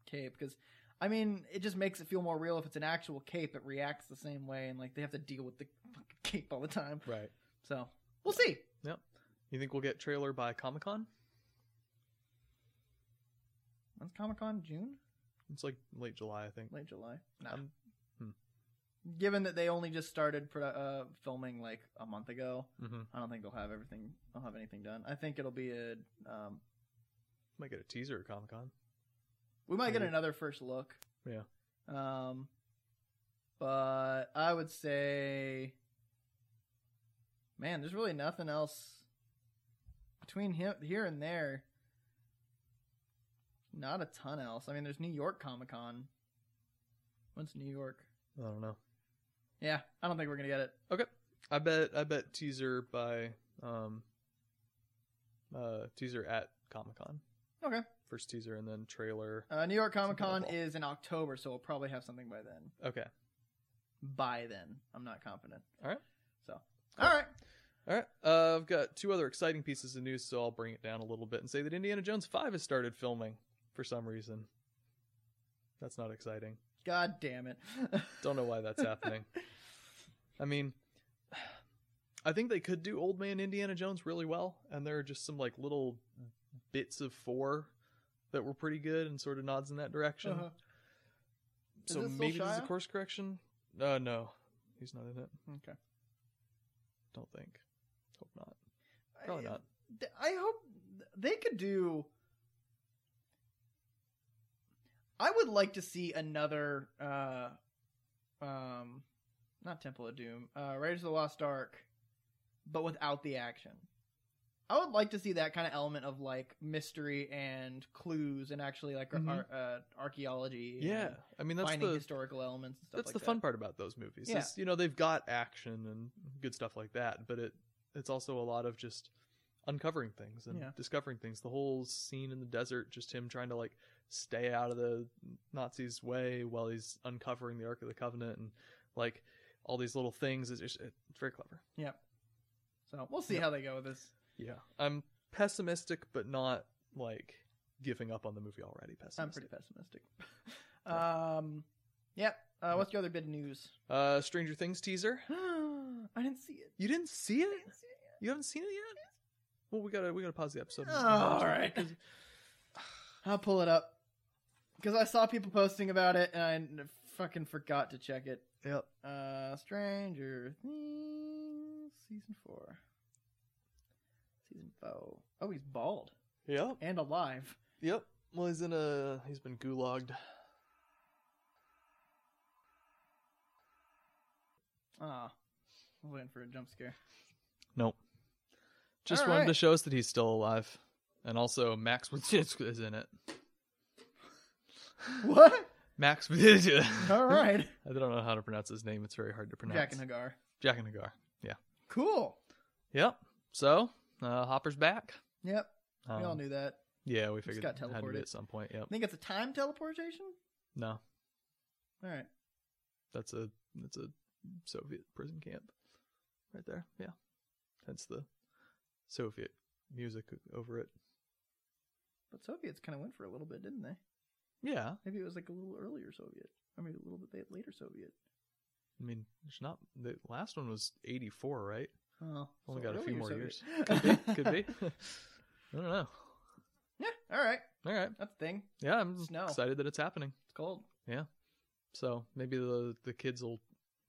cape because, I mean, it just makes it feel more real if it's an actual cape. It reacts the same way, and like they have to deal with the <laughs> fucking cape all the time. Right. So we'll see. You think we'll get trailer by Comic Con? When's Comic Con? June, It's like late July, I think. late July. Nah. Um, hmm. Given that they only just started produ- uh, filming like a month ago, hmm I don't think they'll have everything. They'll have anything done. I think it'll be a. Um, Might get a teaser at Comic Con. we might get Maybe. another first look. Yeah. Um, but I would say, man, there's really nothing else between him here and there. Not a ton else. I mean, there's New York Comic Con. When's New York? I don't know. Yeah, I don't think we're gonna get it. I bet. I bet teaser by um. Uh, teaser at Comic Con. Okay. First teaser and then trailer. Uh, New York Comic Con Something like is in October, so we'll probably have something by then. Okay. By then, I'm not confident. All right. So, all right. All right. Uh, I've got two other exciting pieces of news, so I'll bring it down a little bit and say that Indiana Jones 5 has started filming for some reason. That's not exciting. God damn it. <laughs> Don't know why <laughs> that's happening. I mean, I think they could do Old Man Indiana Jones really well, and there are just some like little bits of four that were pretty good and sort of nods in that direction. Uh-huh. Is So it still maybe this is a Shia? course correction. Uh, no, he's not in it. Okay. Don't think. Hope not. Probably I- not. th- I hope th- they could do. I would like to see another, uh, um, not Temple of Doom, uh, Raiders of the Lost Ark, but without the action. I would like to see that kind of element of like mystery and clues and actually like Mhm. ar- uh, archaeology. and Yeah, I mean that's finding the historical elements and stuff that's like the that. fun part about those movies Yeah. is you know they've got action and good stuff like that but it it's also a lot of just uncovering things and Yeah. discovering things the whole scene in the desert just him trying to like stay out of the nazis way while he's uncovering the ark of the covenant and like all these little things it's just it's very clever So we'll see Yep. how they go with this. yeah i'm pessimistic but not like giving up on the movie already pessimistic I'm pretty <laughs> pessimistic. um, yep. Uh, what's your other bit of news? uh stranger things teaser <gasps> I didn't see it. you didn't see I it didn't see it You haven't seen it yet? Well, we gotta we gotta pause the episode. yet. all right. I'll pull it up because I saw people posting about it and I n- fucking forgot to check it. Yep. Uh, Stranger Things season four, season four. Oh, he's bald Yep. and alive. Yep. Well, he's in a he's been gulagged. Ah, I'm waiting for a jump <laughs> scare. Nope. Just All wanted to right. show us that he's still alive, and also Max <laughs> Wojcicki is in it. What? Max <laughs> Wojcicki. All right. I don't know how to pronounce his name. It's very hard to pronounce. Jack and Hagar. Jack and Hagar. Cool. Yep. So uh, Hopper's back. Yep. we all Um, knew that. Yeah, we Just figured got it had to be teleported. at some point. Yep. I think it's a time teleportation. No, All right. that's a that's a Soviet prison camp, right there. Yeah. Hence the Soviet music over it. But Soviets kind of went for a little bit, didn't they? Yeah. Maybe it was like a little earlier Soviet, or maybe a little bit later Soviet. I mean, there's not the last one was '84, right? Oh, Only so got a few earlier more Soviet. <laughs> years. Could be. Could be. I don't know. yeah. All right. All right. That's the thing. Yeah, I'm Snow. excited that it's happening. It's cold. So maybe the the kids will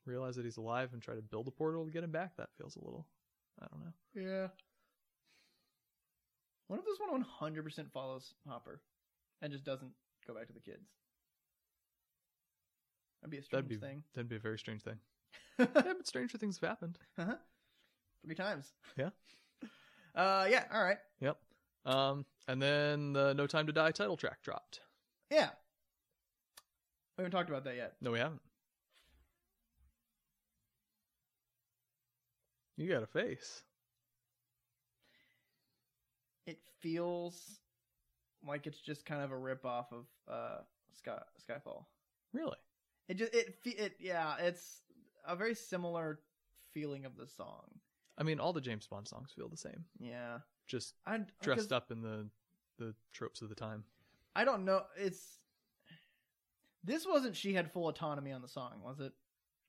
realize that he's alive and try to build a portal to get him back. That feels a little, I don't know. Yeah. What if this one 100 percent follows Hopper, and just doesn't go back to the kids? That'd be a strange That'd be- thing. That'd be a very strange thing. uh-huh. yeah, but stranger things have happened. Three times. Yeah. <laughs> Uh, yeah. All right. Yep. Um, and then the No Time to Die title track dropped. Yeah. We haven't talked about that yet. No, we haven't. You got a face. It feels like it's just kind of a rip off of uh Sky Skyfall. Really? It just it fe- it yeah. It's a very similar feeling of the song. I mean, all the James Bond songs feel the same. Yeah. Just I dressed up in the the tropes of the time. I don't know. It's this wasn't she had full autonomy on the song, was it?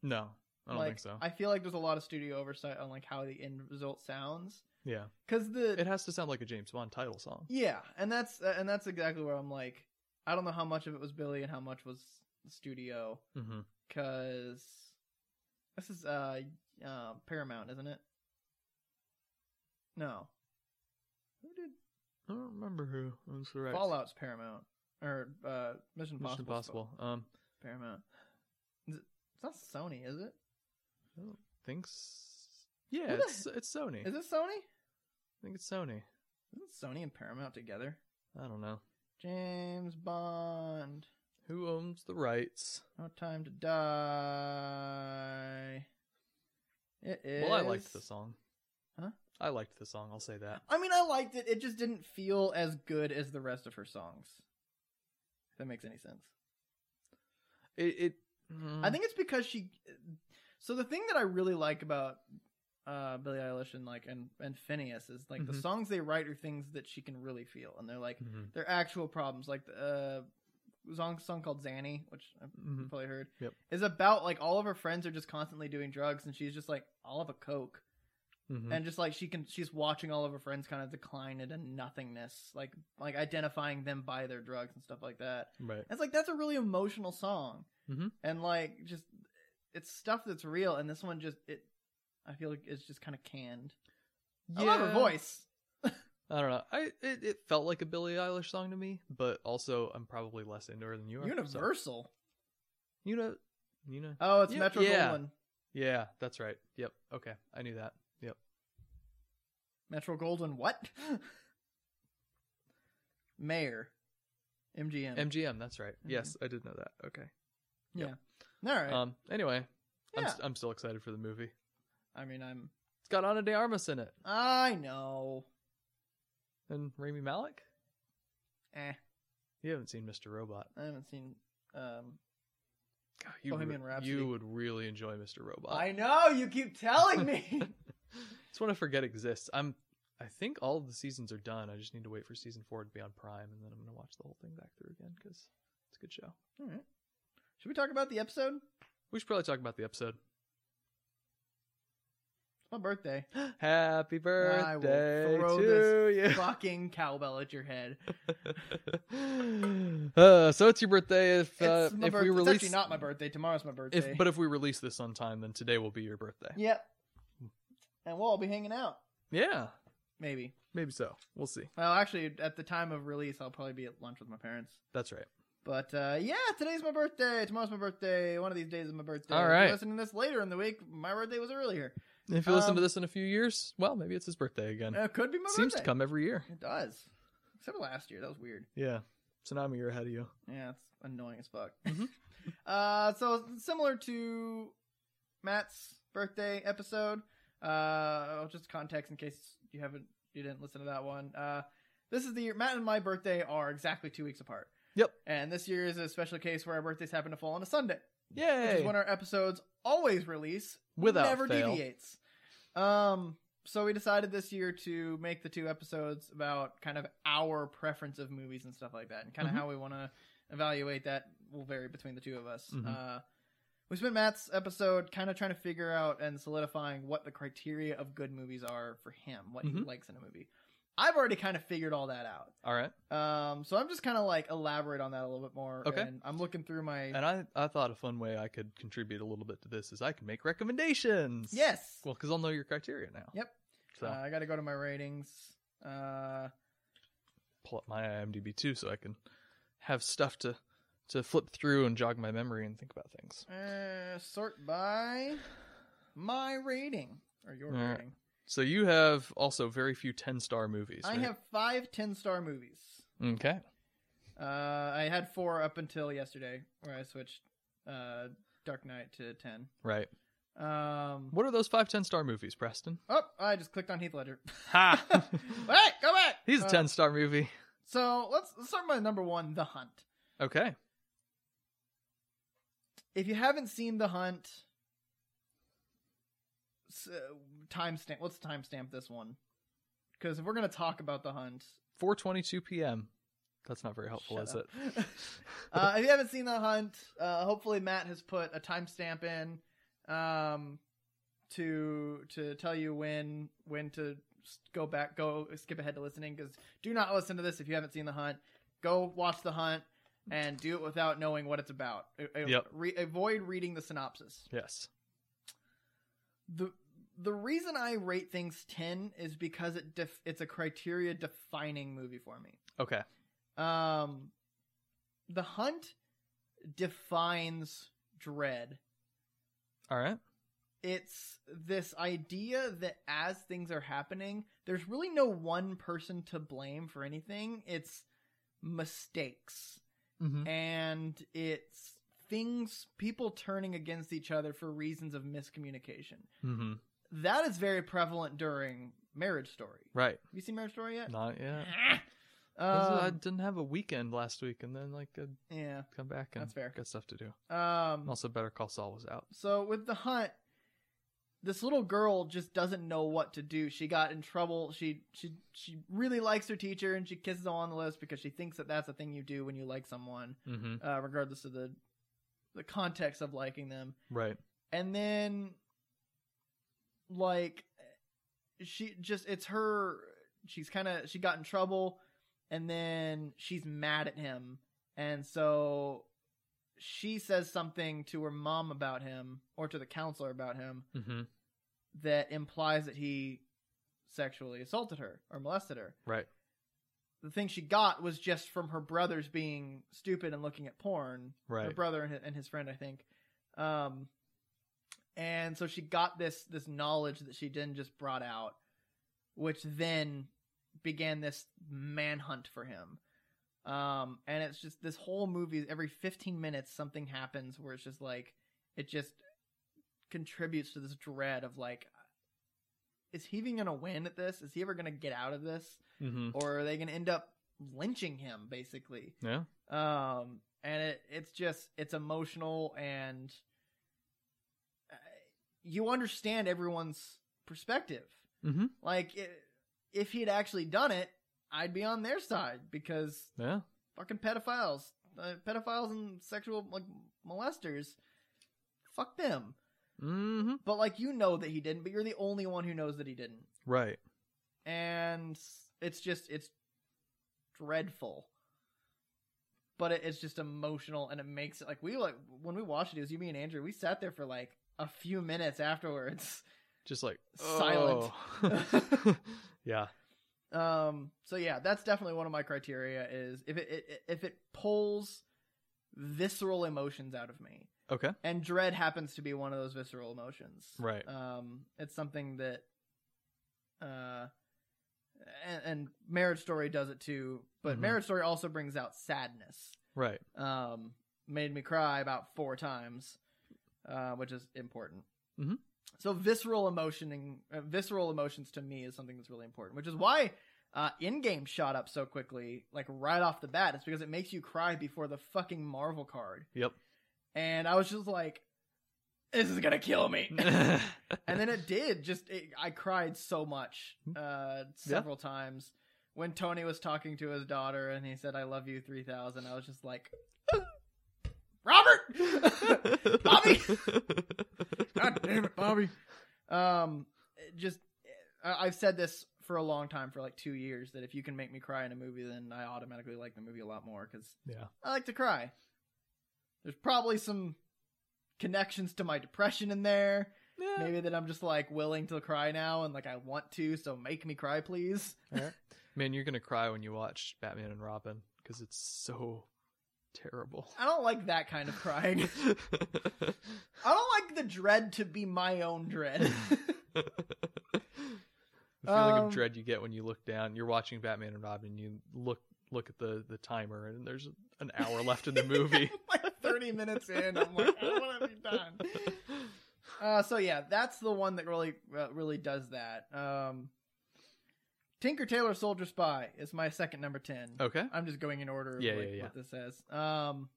No, I don't like, think so. I feel like there's a lot of studio oversight on like how the end result sounds yeah, because the it has to sound like a James Bond title song. yeah, and that's uh, and that's exactly where I'm like, I don't know how much of it was Billy and how much was the studio hmm because this is uh, uh Paramount, isn't it? No, who did I don't remember who owns the rights. Fallout's Paramount or uh Mission Mission Impossible? Impossible. Um, Paramount. Is it, it's not Sony, is it? I don't think. s- Yeah, Who the it's it's Sony. Is it Sony? I think it's Sony. Isn't Sony and Paramount together? I don't know James Bond. who owns the rights. No time to die. It is. Well, I liked the song. Huh? I liked the song. I'll say that. I mean, I liked it. It just didn't feel as good as the rest of her songs. If that makes any sense. It. it Hmm. I think it's because she. So the thing that I really like about uh, Billie Eilish and like and and Phineas is like the Mhm. songs they write are things that she can really feel, and they're like Mhm. they're actual problems. Like the uh, song song called Zanny, which I've Mhm. probably heard, Yep. is about like all of her friends are just constantly doing drugs, and she's just like, I'll have a coke, Mhm. and just like she can, she's watching all of her friends kind of decline into nothingness, like like identifying them by their drugs and stuff like that. right. It's like that's a really emotional song, Mhm. and like just it's stuff that's real, and this one just it. I feel like it's just kind of canned. I love her Yeah. voice. I don't know. I it, it felt like a Billie Eilish song to me, but also I'm probably less into her than you are. so- Universal. You know, you know. Oh, it's Yeah. Metro Yeah. Goldwyn. Yeah, that's right. Yep. Okay, I knew that. Yep. Metro Goldwyn, what? <laughs> Mayor, MGM. MGM. That's right. Mm-hmm. Yes, I did know that. Okay. All right. Um. Anyway, I'm Yeah. st- I'm still excited for the movie. I mean, I'm. It's got Ana de Armas in it I know. and Rami Malek. Eh, You haven't seen Mr. Robot. I haven't seen. Um, God, you Bohemian re- Rhapsody. You would really enjoy Mr. Robot. I know you keep <laughs> telling me. <laughs> It's one I forget exists. I'm. I think all of the seasons are done. I just need to wait for season four to be on Prime, and then I'm gonna watch the whole thing back through again because it's a good show. All right. Should we talk about the episode? It's We should probably talk about the episode. <gasps> my <laughs> birthday. Happy birthday I will throw to this you. Fucking cowbell at your head. <laughs> uh, so it's your birthday. If uh, It's my if birthday. we It's release, actually not my birthday. Tomorrow's my birthday. if but if we release this on time, then today will be your birthday. Yep. And we'll all be hanging out. Yeah, Maybe. maybe so. We'll see. Well, actually, at the time of release, I'll probably be at lunch with my parents. That's right. But uh, yeah, today's my birthday. Tomorrow's my birthday. One of these days is my birthday. All If you're right. listening to this later in the week, my birthday was earlier. And if you listen to Um, this in a few years, well, maybe it's his birthday again. Uh, It could be my Seems to birthday. come every year. It does. Except for last year. That was weird. Yeah. So now I'm a year ahead of you. Yeah, it's annoying as fuck. Mhm. <laughs> uh, so similar to Matt's birthday episode, uh, I'll just context in case you haven't you didn't listen to that one. Uh, this is the year Matt and my birthday are exactly two weeks apart. Yep. And this year is a special case where our birthdays happen to fall on a Sunday, which Yay! is when our episodes always release Without never fail. deviates. Um, so we decided this year to make the two episodes about kind of our preference of movies and stuff like that, and kind of Mhm. how we want to evaluate that will vary between the two of us. Mhm. Uh, we spent Matt's episode kind of trying to figure out and solidifying what the criteria of good movies are for him, what he Mhm. likes in a movie. I've already kind of figured all that out. All right. Um, so I'm just kind of like elaborate on that a little bit more. Okay. And I'm looking through my And I, I thought a fun way I could contribute a little bit to this is I can make recommendations. yes. Well, because I'll know your criteria now. Yep. So Uh, I got to go to my ratings. Uh, pull up my IMDb too, so I can have stuff to to flip through and jog my memory and think about things. Uh, sort by my rating or your All right. rating. So you have also very few ten star movies. I right? have five 10 star movies. Okay. Uh, I had four up until yesterday where I switched uh, Dark Knight to 10. Right. Um, What are those five ten star movies, Preston? Oh, I just clicked on Heath Ledger. <laughs> Ha! <laughs> Wait, go back. Ah. He's a Uh, ten star movie. So let's, let's start by number one, The Hunt. Okay. If you haven't seen The Hunt, s- uh, timestamp. Let's timestamp this one because if we're gonna talk about The Hunt, Four twenty two p.m. That's not very helpful, Shut is up. <laughs> it? uh, if you haven't seen The Hunt, uh, hopefully Matt has put a timestamp in um, to to tell you when when to s- go back, go skip ahead to listening. Because do not listen to this if you haven't seen The Hunt. Go watch The Hunt and do it without knowing what it's about. A- a- Yep. re- avoid reading the synopsis yes. the the reason I rate things ten is because it def- it's a criteria defining movie for me. Okay. Um, the Hunt defines dread. All right. It's this idea that as things are happening, there's really no one person to blame for anything. It's mistakes Mm-hmm. and it's things people turning against each other for reasons of miscommunication. Mm-hmm. that is very prevalent during Marriage Story. Right. Have you seen Marriage Story yet? Not yet. Um, I didn't have a weekend last week, and then like I'd yeah. come back and That's fair. got stuff to do. Um, And also, Better Call Saul was out. so with the hunt, this little girl just doesn't know what to do. She got in trouble. She she she really likes her teacher, and she kisses him on the lips because she thinks that that's a thing you do when you like someone, Mm-hmm. uh, regardless of the the context of liking them. Right. and then like she just it's her she's kind of she got in trouble and then she's mad at him and so she says something to her mom about him or to the counselor about him Mm-hmm. that implies that he sexually assaulted her or molested her Right. the thing she got was just from her brothers being stupid and looking at porn her Right. brother and his, and his friend, I think. Um, and so she got this this knowledge that she then just brought out, which then began this manhunt for him. Um, and it's just this whole movie. Every fifteen minutes, something happens where it's just like it just contributes to this dread of like, is he even gonna win at this? Is he ever gonna get out of this, Mm-hmm. or are they gonna end up lynching him? Basically, Yeah. um and it it's just it's emotional and uh, you understand everyone's perspective Mm-hmm. like i if he'd actually done it i'd be on their side because Yeah. fucking pedophiles uh, pedophiles and sexual like molesters fuck them Mm-hmm. but like you know that he didn't but you're the only one who knows that he didn't Right. and it's just it's dreadful but it, it's just emotional and it makes it like we like when we watched it, it was you me and andrew we sat there for like a few minutes afterwards <laughs> Just like Silent. oh. <laughs> yeah. um so yeah that's definitely one of my criteria is if it, it if it pulls visceral emotions out of me. Okay. And dread happens to be one of those visceral emotions. Right. Um, it's something that, uh, and, and Marriage Story does it too, but Mhm. Marriage Story also brings out sadness. Right. Um, made me cry about four times, uh, which is important. Mhm. So visceral emotioning, uh, visceral emotions to me is something that's really important, which is why uh, in game shot up so quickly, like right off the bat. It's because it makes you cry before the fucking Marvel card, Yep. and I was just like, "This is gonna kill me." and then <laughs> it did just it, i cried so much uh several times when tony was talking to his daughter and he said i love you 3000 i was just like <laughs> robert Bobby! god damn it bobby um it just I- i've said this for a long time for like two years that if you can make me cry in a movie then i automatically like the movie a lot more because Yeah. i like to cry there's probably some connections to my depression in there Yeah. Maybe that I'm just like willing to cry now and like I want to, so make me cry, please. Man, you're gonna cry when you watch Batman and Robin because it's so terrible. I don't like that kind of <laughs> <laughs> crying. I don't like the dread to be my own dread. the feeling Um, of dread you get when you look down. You're watching Batman and Robin. And you look look at the the timer, and there's an hour left in the movie. <laughs> like 30 minutes in, I'm like, I want to be done. Uh, so yeah, that's the one that really, uh, really does that. Um, Tinker Tailor Soldier Spy is my second number 10. okay. I'm just going in order of Yeah, like, yeah, yeah. what this says. Um,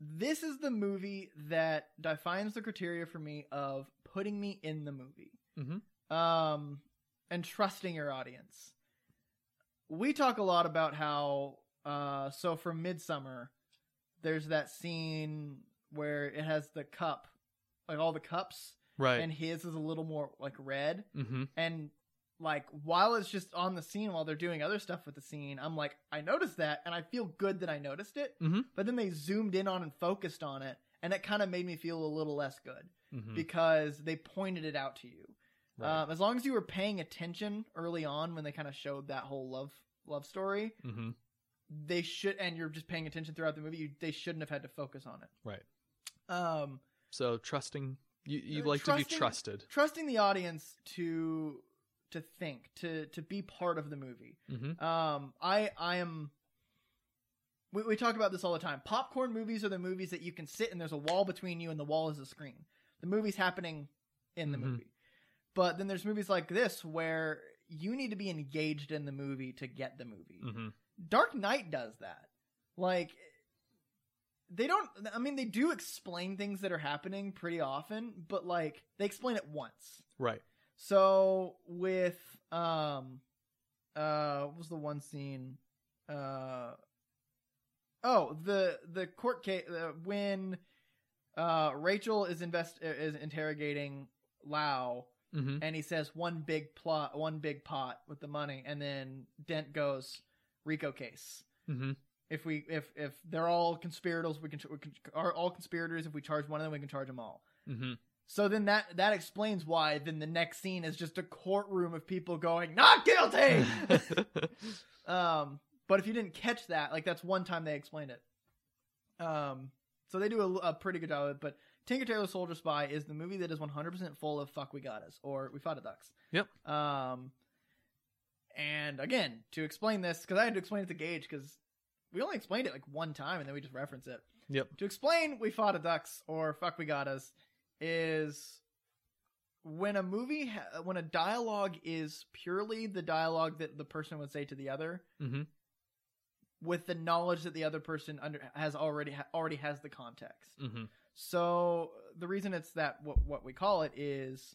this is the movie that defines the criteria for me of putting me in the movie Mhm. um, and trusting your audience. We talk a lot about how, uh, so for Midsummer, there's that scene where it has the cup, like all the cups, Right. and his is a little more like red mm-hmm. and like while it's just on the scene while they're doing other stuff with the scene i'm like i noticed that and i feel good that i noticed it Mhm. but then they zoomed in on and focused on it and it kind of made me feel a little less good Mm-hmm. because they pointed it out to you right. um, as long as you were paying attention early on when they kind of showed that whole love love story mm-hmm. they should and you're just paying attention throughout the movie you, they shouldn't have had to focus on it Right. um So trusting you you Uh, like to be trusting- trusted. trusting the audience to to think to to be part of the movie Mm-hmm. Um, I I am. We, we talk about this all the time. Popcorn movies are the movies that you can sit and there's a wall between you and the wall is a screen. The movie's happening in the Mhm. movie, but then there's movies like this where you need to be engaged in the movie to get the movie. Mm-hmm. Dark Knight does that. Like they don't I mean they do explain things that are happening pretty often, but like they explain it once. Right. So with um uh what was the one scene uh oh the the court case uh, when uh Rachel is invest uh, is interrogating Lau Mm-hmm. and he says one big plot one big pot with the money and then Dent goes Rico case Mm-hmm. if we if if they're all conspirators we can, we can are all conspirators if we charge one of them we can charge them all Mm-hmm. so then that that explains why then the next scene is just a courtroom of people going not <laughs> guilty. um, but if you didn't catch that, like that's one time they explained it. Um, so they do a, a pretty good job of it. But Tinker Tailor Soldier Spy is the movie that is 100% full of "fuck we got us" or "we fought a ducks." Yep. Um, and again, to explain this, because I had to explain it to Gage, because we only explained it like one time, and then we just reference it. Yep. To explain "we fought a ducks" or "fuck we got us" is when a movie ha- when a dialogue is purely the dialogue that the person would say to the other Mhm. with the knowledge that the other person under has already ha- already has the context Mm-hmm. so the reason it's that what, what we call it is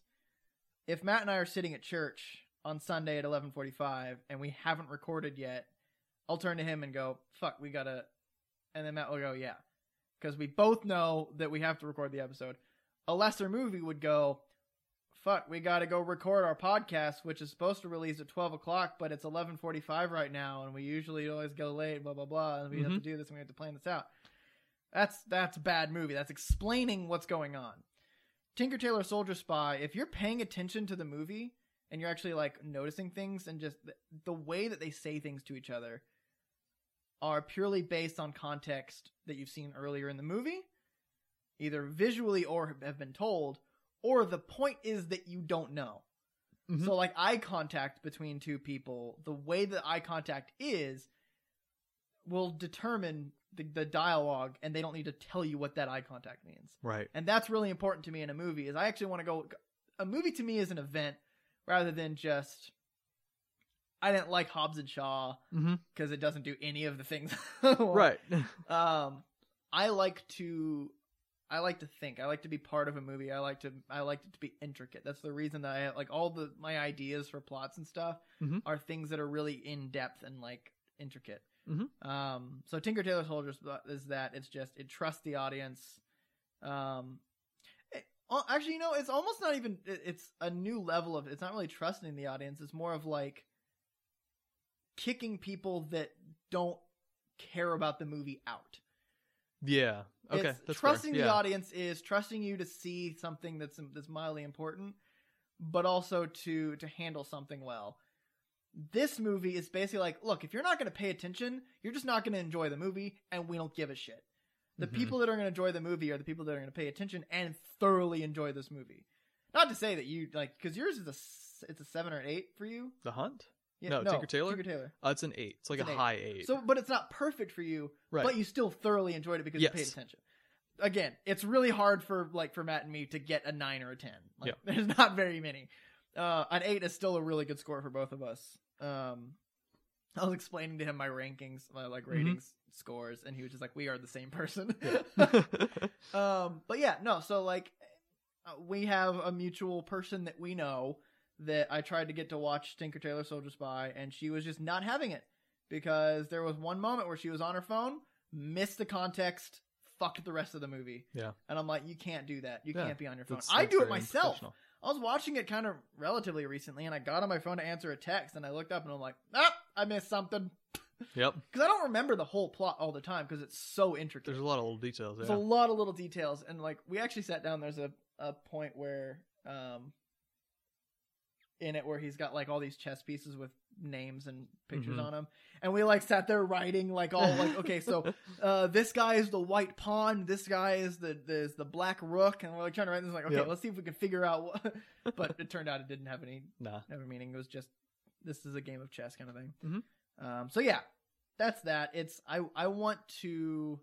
if matt and i are sitting at church on sunday at 11.45 and we haven't recorded yet i'll turn to him and go fuck we gotta and then matt will go yeah because we both know that we have to record the episode a lesser movie would go fuck we gotta go record our podcast which is supposed to release at 12 o'clock but it's 11.45 right now and we usually always go late blah blah blah and we have to do this and we have to plan this out that's that's a bad movie. That's explaining what's going on. Tinker Tailor Soldier Spy. If you're paying attention to the movie and you're actually like noticing things and just the, the way that they say things to each other, are purely based on context that you've seen earlier in the movie, either visually or have been told, or the point is that you don't know. Mhm. So, like eye contact between two people, the way that eye contact is will determine the, the dialogue, and they don't need to tell you what that eye contact means Right. and that's really important to me in a movie is i actually want to go a movie to me is an event rather than just i didn't like hobbs and shaw Mm-hmm. because it doesn't do any of the things <laughs> I want. Right. <laughs> um i like to i like to think i like to be part of a movie i like to i like it to be intricate that's the reason that i like all the my ideas for plots and stuff Mhm. are things that are really in depth and like intricate Mhm. um so tinker tailor soldier is that it's just it trusts the audience um it- oh, actually you know it's almost not even it- it's a new level of it's not really trusting the audience it's more of like kicking people that don't care about the movie out Yeah. Okay. it's that's fair. trusting the Yeah. audience is trusting you to see something that's that's mildly important, but also to to handle something well. This movie is basically like, look, if you're not going to pay attention, you're just not going to enjoy the movie, and we don't give a shit. The Mhm. people that are going to enjoy the movie are the people that are going to pay attention and thoroughly enjoy this movie. Not to say that you like, because yours is a s- it's a seven or an eight for you. The Hunt. Yeah, No, Tinker Tailor? Tinker Taylor. Uh, it's an eight. It's like It's a an eight. high eight. So, but it's not perfect for you right. but you still thoroughly enjoyed it because you paid Yes. attention. Again, it's really hard for like for Matt and me to get a nine or a ten. Like, Yeah. There's <laughs> not very many. Uh, an eight is still a really good score for both of us. Um, I was explaining to him my rankings, my like Mm-hmm. ratings scores, and he was just like, "We are the same person." <laughs> <laughs> um, but yeah, no. So like, uh, we have a mutual person that we know that I tried to get to watch Tinker Tailor Soldier Spy, and she was just not having it because there was one moment where she was on her phone, missed the context, fucked the rest of the movie. Yeah. and I'm like, you can't do that. You Yeah, can't be on your phone. That's- I that's do it very myself. unprofessional. I was watching it kind of relatively recently, and I got on my phone to answer a text, and I looked up, and I'm like, ah, I missed something Yep. because I don't remember the whole plot all the time because it's so intricate. There's a lot of little details. There's Yeah. a lot of little details, and like we actually sat down. There's a a point where, um, in it where he's got like all these chess pieces with names and pictures Mhm. on them, and we like sat there writing like all like okay, so <laughs> uh, this guy is the white pawn, this guy is the the- is the black rook, and we're like trying to write this like okay, Yep. let's see if we can figure out. What... <laughs> but it turned out it didn't have any <laughs> nah. never meaning. It was just this is a game of chess kind of thing. Mhm. Um, so yeah, that's that. It's I I want to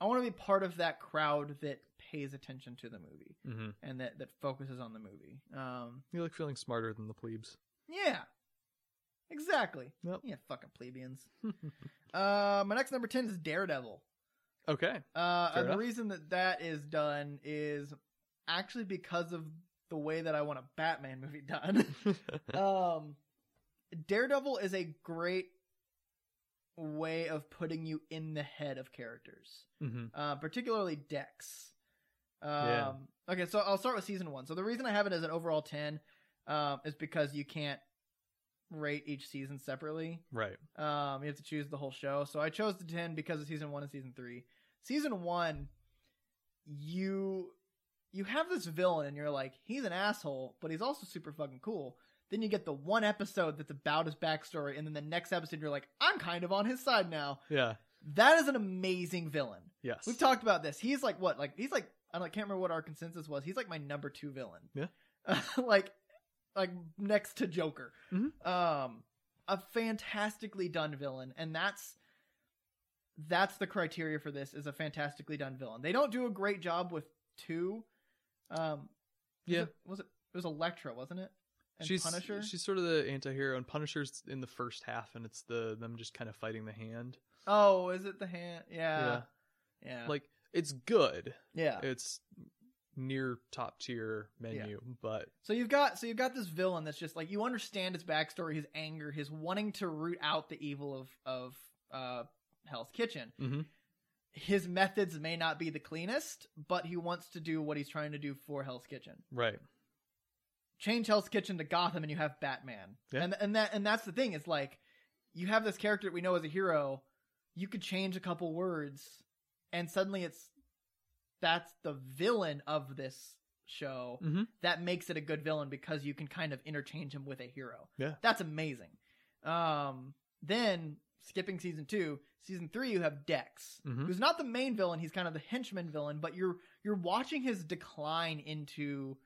I want to be part of that crowd that pays attention to the movie hmm and that that focuses on the movie. Um, You like feeling smarter than <laughs> the plebes. yeah, exactly. Yep. Yeah, fucking plebeians. uh, my next number ten is Daredevil. Okay. Uh, Fair and the enough. reason that that is done is actually because of the way that I want a Batman movie done. <laughs> <laughs> um daredevil is a great way of putting you in the head of characters hmm uh, particularly dex um Yeah. okay so i'll start with season one so the reason i have it as an overall 10 um is because you can't rate each season separately Right. um, you have to choose the whole show. So I chose the 10 because of season 1 and season 3. Season 1 you you have this villain and you're like, he's an asshole, but he's also super fucking cool. Then you get the one episode that's about his backstory and then the next episode you're like, I'm kind of on his side now. Yeah. That is an amazing villain. Yes. We've talked about this. He's like what? Like he's like I don't, can't remember what our consensus was. He's like my number two villain. Yeah. <laughs> like, like next to Joker. Mhm. Um, a fantastically done villain, and that's that's the criteria for this is a fantastically done villain. They don't do a great job with two. Um, was yeah. it- was it? It was Electra, wasn't it? And she's Punisher. She's sort of the anti-hero, and Punisher's in the first half, and it's the them just kind of fighting the hand. Oh, is it the hand? Yeah. Yeah. Yeah. Like it's good. yeah. It's near top tier menu, but So you've got so you've got this villain that's just like you understand his backstory, his anger, his wanting to root out the evil of of uh, Hell's Kitchen. Mhm. His methods may not be the cleanest, but he wants to do what he's trying to do for Hell's Kitchen. right. Change Hell's Kitchen to Gotham, and you have Batman. Yeah. And and that and that's the thing is like you have this character that we know as a hero. You could change a couple words, and suddenly it's that's the villain of this show Mhm. that makes it a good villain because you can kind of interchange him with a hero. Yeah. That's amazing. Um, then skipping season two. Season three, you have Dex, Mhm. who's not the main villain. He's kind of the henchman villain, but you're you're watching his decline into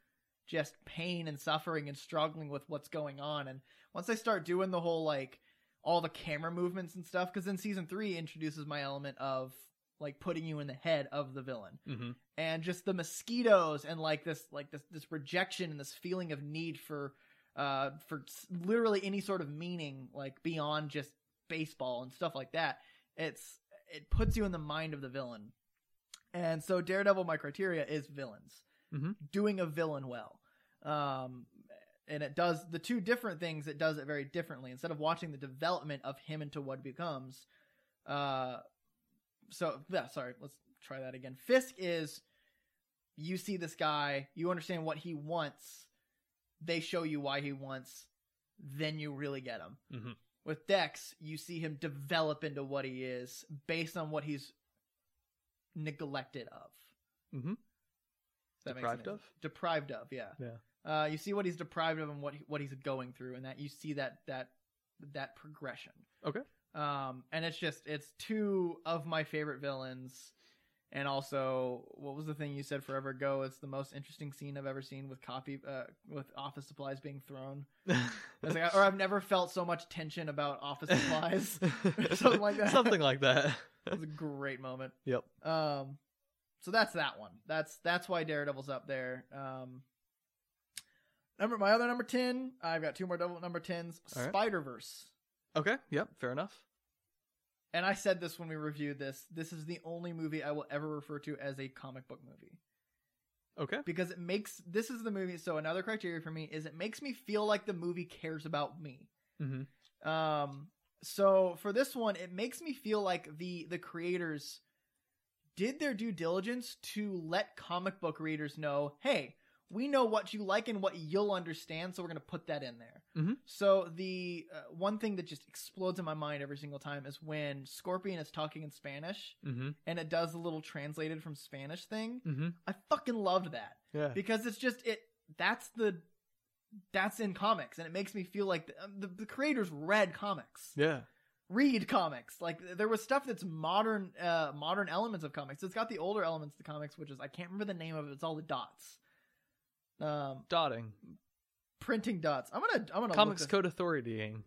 just pain and suffering and struggling with what's going on. And once they start doing the whole like all the camera movements and stuff, because then season three introduces my element of like putting you in the head of the villain hmm and just the mosquitoes and like this like this this rejection and this feeling of need for uh for s- literally any sort of meaning like beyond just baseball and stuff like that it's it puts you in the mind of the villain and so daredevil my criteria is villains Mhm. doing a villain well um and it does the two different things it does it very differently instead of watching the development of him into what he becomes uh so yeah, sorry, let's try that again. Fisk is you see this guy, you understand what he wants, they show you why he wants, then you really get him. Mhm. With Dex, you see him develop into what he is based on what he's neglected of. Mhm. That makes Deprived sense. of? Deprived of, yeah. Yeah. Uh, you see what he's deprived of and what he, what he's going through, and that you see that that that progression. Okay. Um, and it's just it's two of my favorite villains, and also what was the thing you said forever ago? It's the most interesting scene I've ever seen with copy uh, with office supplies being thrown. It's like, or I've never felt so much tension about <laughs> office supplies. <laughs> Something like that. Something like that. it was a great moment. Yep. Um, so that's that one. That's that's why Daredevil's up there. Um, number my other number ten. I've got two more double number tens. All right. Spider Verse. Okay. Yep. Fair enough. and I said this when we reviewed this. This is the only movie I will ever refer to as a comic book movie Okay. because it makes this is the movie. So another criteria for me is it makes me feel like the movie cares about me. Mm-hmm. Um, so for this one, it makes me feel like the the creators did their due diligence to let comic book readers know, hey, we know what you like and what you'll understand, so we're gonna put that in there. Mhm. So the uh, one thing that just explodes in my mind every single time is when Scorpion is talking in Spanish Mm-hmm. and it does the little translated from Spanish thing. Mm-hmm. I fucking loved that Yeah. <laughs> because it's just it that's the that's in comics and it makes me feel like the, the, the creators read comics Yeah. read comics like there was stuff that's modern uh modern elements of comics it's got the older elements of the comics which is i can't remember the name of it it's all the dots um Dotting. printing dots i'm gonna i'm gonna look Comics this- Code Authoritying.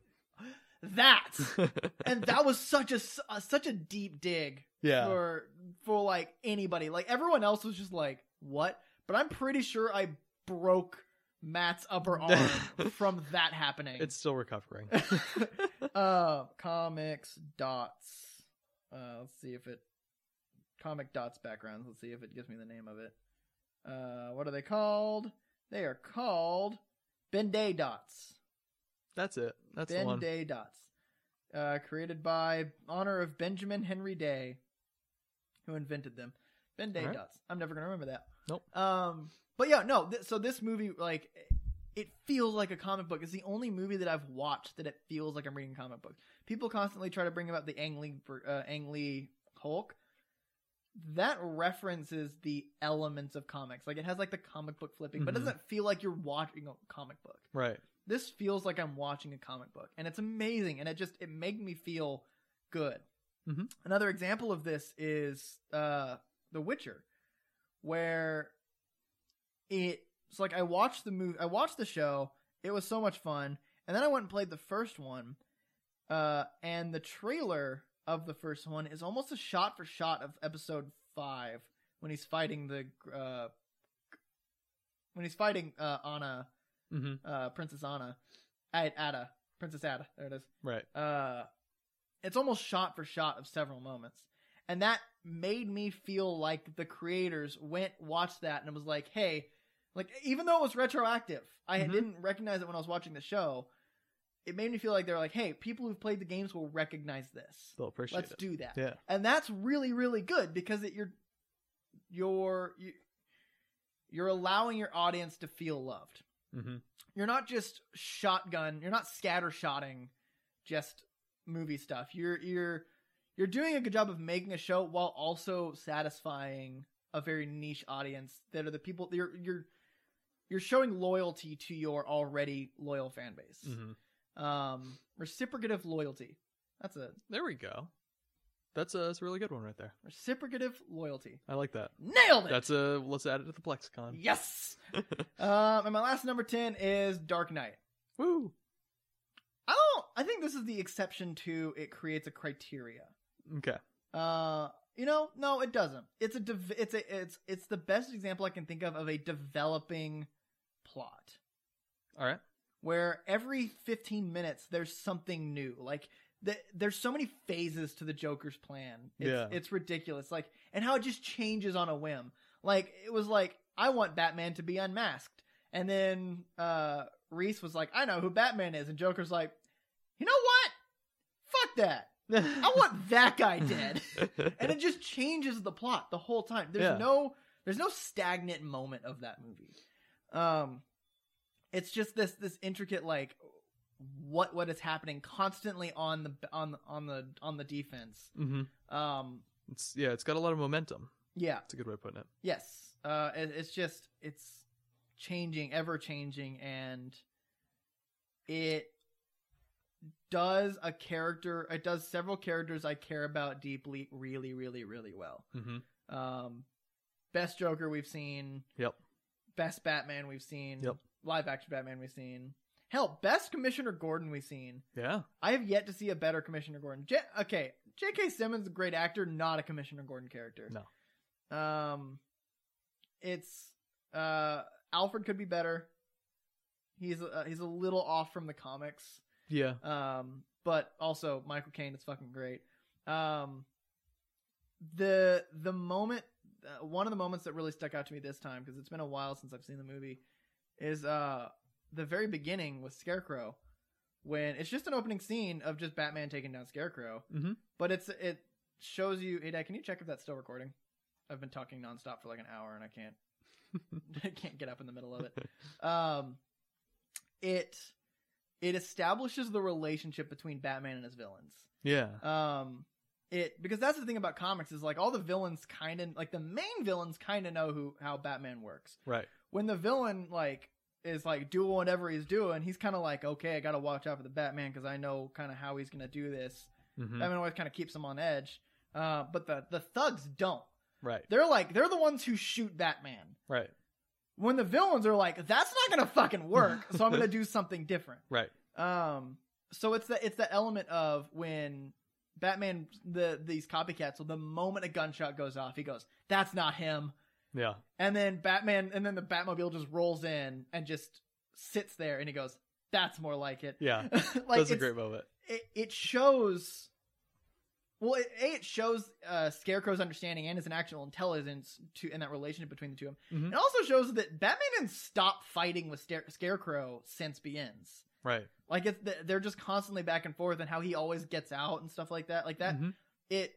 that and that was such a s- uh, such a deep dig <laughs> yeah. for for like anybody. Like everyone else was just like, "What?" But I'm pretty sure I broke Matt's <laughs> upper arm from that happening. It's still <laughs> recovering. <laughs> uh, comics dots. Uh, let's see if it comic dots backgrounds. Let's see if it gives me the name of it. Uh, what are they called? They are called Benday dots. That's it. That's the ben one. Day dots, uh, created by honor of Benjamin Henry Day, who invented them. Ben Day Alright. dots. I'm never gonna remember that. Nope. Um, but yeah, no. Th- so this movie, like, it feels like a comic book. It's the only movie that I've watched that it feels like I'm reading a comic book. People constantly try to bring about the Ang Lee, ver- uh, Ang Lee Hulk. That references the elements of comics. Like it has like the comic book flipping, but it Mhm. doesn't feel like you're watching a comic book Right. this feels like I'm watching a comic book, and it's amazing, and it just it made me feel good. Mhm. Another example of this is uh, The Witcher, where it- it's like I watched the movie, I watched the show, it was so much fun, and then I went and played the first one, uh, and the trailer of the first one is almost a shot for shot of episode five when he's fighting the uh, when he's fighting uh, Anna Mm-hmm. uh, Princess Anna, at Ada, Princess Ada. There it is. Right. Uh, it's almost shot for shot of several moments, and that made me feel like the creators went watched that and was like, "Hey," like even though it was retroactive, I Mhm. didn't recognize it when I was watching the show. It made me feel like they're like, "Hey, people who've played the games will recognize this. They'll appreciate Let's it. do that." yeah. and that's really really good because it, you're you're you- you're allowing your audience to feel loved Mm-hmm. you're not just shotgun you're not scattershotting just movie stuff you're you're you're doing a good job of making a show while also satisfying a very niche audience that are the people you're you're you're showing loyalty to your already loyal fan base Mm-hmm. um reciprocative loyalty That's a There we go. That's a that's a really good one right there. reciprocative loyalty. I like that. Nailed it. That's a let's add it to the Plexicon. <laughs> yes. um, and my last number ten is Dark Knight. Woo. I don't. I think this is the exception to it creates a criteria. Okay. Uh, you know, no, it doesn't. It's a dev- it's a it's it's the best example I can think of of a developing plot All right. where every 15 minutes there's something new. Like th- there's so many phases to the Joker's plan. It's, Yeah. it's ridiculous. Like and how it just changes on a whim. Like it was like I want Batman to be unmasked, and then uh Reese was like, I know who Batman is, and Joker's like, you know what? Fuck that. I want that guy dead. <laughs> <laughs> and it just changes the plot the whole time. There's Yeah. no there's no stagnant moment of that movie. Um it's just this this intricate like what what is happening constantly on the on the- on the on the defense. hmm Um It's yeah, it's got a lot of momentum. yeah, That's a good way of putting it. yes. Uh it, it's just it's changing, ever changing and it does a character it does several characters I care about deeply really really really well. Mm-hmm. Um, best Joker we've seen. Yep. Best Batman we've seen. Yep. Live action Batman we've seen. Hell, best Commissioner Gordon we've seen. Yeah. I have yet to see a better Commissioner Gordon. J- okay, J.K. Simmons, a great actor, not a Commissioner Gordon character. No. Um, it's uh Alfred could be better. He's uh, he's a little off from the comics. Yeah. Um, but also Michael Caine is fucking great. Um, the the moment, uh, one of the moments that really stuck out to me this time because it's been a while since I've seen the movie, is uh the very beginning with Scarecrow, when it's just an opening scene of just Batman taking down Scarecrow, Mhm. but it's it shows you. Ada, can you check if that's still recording? I've been talking nonstop for like an hour and I can't <laughs> I can't get up in the middle of it. Um, it it establishes the relationship between Batman and his villains. Yeah. Um, it because that's the thing about comics is like all the villains kind of like the main villains kind of know who how Batman works. Right. When the villain like is like doing whatever he's doing, he's kind of like okay, I got to watch out for the Batman because I know kind of how he's gonna do this. hmm Batman always kind of keeps him on edge. Uh, but the the thugs don't. Right. They're like they're the ones who shoot Batman Right. when the villains are like, "That's not gonna fucking work," so I'm gonna do something different. Right. Um, so it's the it's the element of when Batman the these copycats. So the moment a gunshot goes off, he goes, "That's not him," Yeah. and then Batman and then the Batmobile just rolls in and just sits there, and he goes, "That's more like it." Yeah. <laughs> like That's a it's- great moment. it, it shows well it, A, it shows uh, scarecrow's understanding and his actual intelligence to in that relationship between the two of them Mhm. it also shows that batman didn't stop fighting with Scare- scarecrow since begins Right. like it's th- they're just constantly back and forth and how he always gets out and stuff like that like that Mhm. it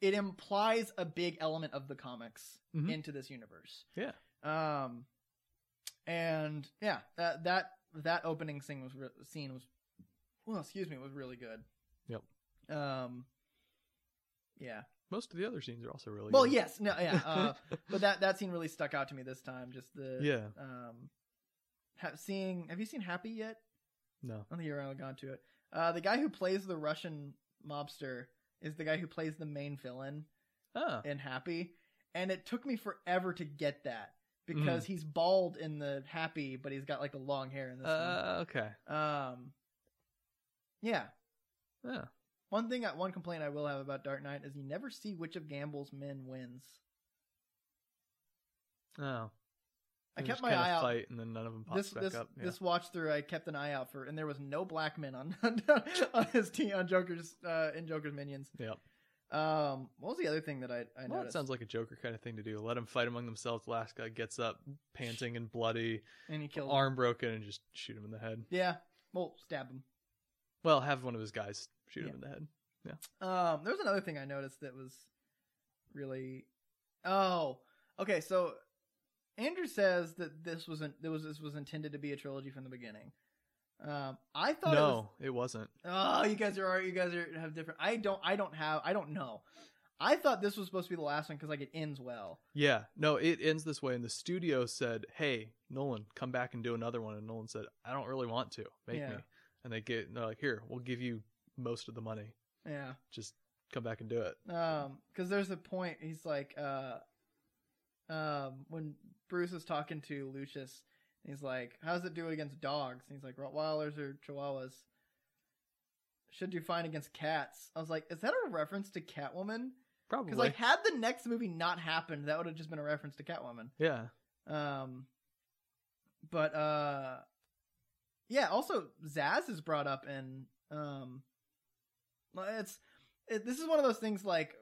it implies a big element of the comics Mhm. into this universe Yeah. um and yeah that that that opening scene was re- scene was well excuse me was really good Yep. um yeah Most of the other scenes are also really well good. yes no yeah <laughs> uh, but that that scene really stuck out to me this time just the Yeah. um ha- seeing have you seen happy yet No. I don't think you're really gone to it. Uh, the guy who plays the Russian mobster is the guy who plays the main villain Ah. in Happy, and it took me forever to get that Mm. because he's bald in the Happy, but he's got like a long hair in this Uh, okay. one. Um, yeah. Yeah. One thing, uh, one complaint I will have about Dark Knight is you never see which of Gamble's men wins. Oh. I They kept just my kinda eye out. Fight and then none of them pops this back this up. Yeah. this watch through, I kept an eye out for, and there was no black men on <laughs> on his team on Joker's uh, in Joker's minions. Yep. Um, what was the other thing that I I Well, that noticed? sounds like a Joker kind of thing to do. Let them fight among themselves. Last guy gets up, panting and bloody, and he killed. Him. arm broken, and just shoot him in the head. Yeah, well, stab him. Well, have one of his guys shoot Yeah. him in the head. Um, there was another thing I noticed that was really. Oh, okay. So Andrew says that this wasn't. There was this was intended to be a trilogy from the beginning. Um, I thought it was No, it, was... not Oh, you guys are all- you guys are have different. I don't I don't have I don't know. I thought this was supposed to be the last one because like it ends well. Yeah, no, it ends this way. And the studio said, "Hey, Nolan, come back and do another one." And Nolan said, "I don't really want to. Make Yeah. me." And they get and they're like, "Here, we'll give you most of the money." Yeah. Just come back and do it. Um, because there's a point he's like, uh, um, when Bruce is talking to Lucius, and he's like, "How's it do against dogs?" And he's like, "Rottweilers or Chihuahuas." Should do fine against cats. I was like, is that a reference to Catwoman? Probably. Because like, had the next movie not happened, that would have just been a reference to Catwoman. yeah. Um, but uh, yeah. Also, Zaz is brought up, and um, well, it's it, this is one of those things like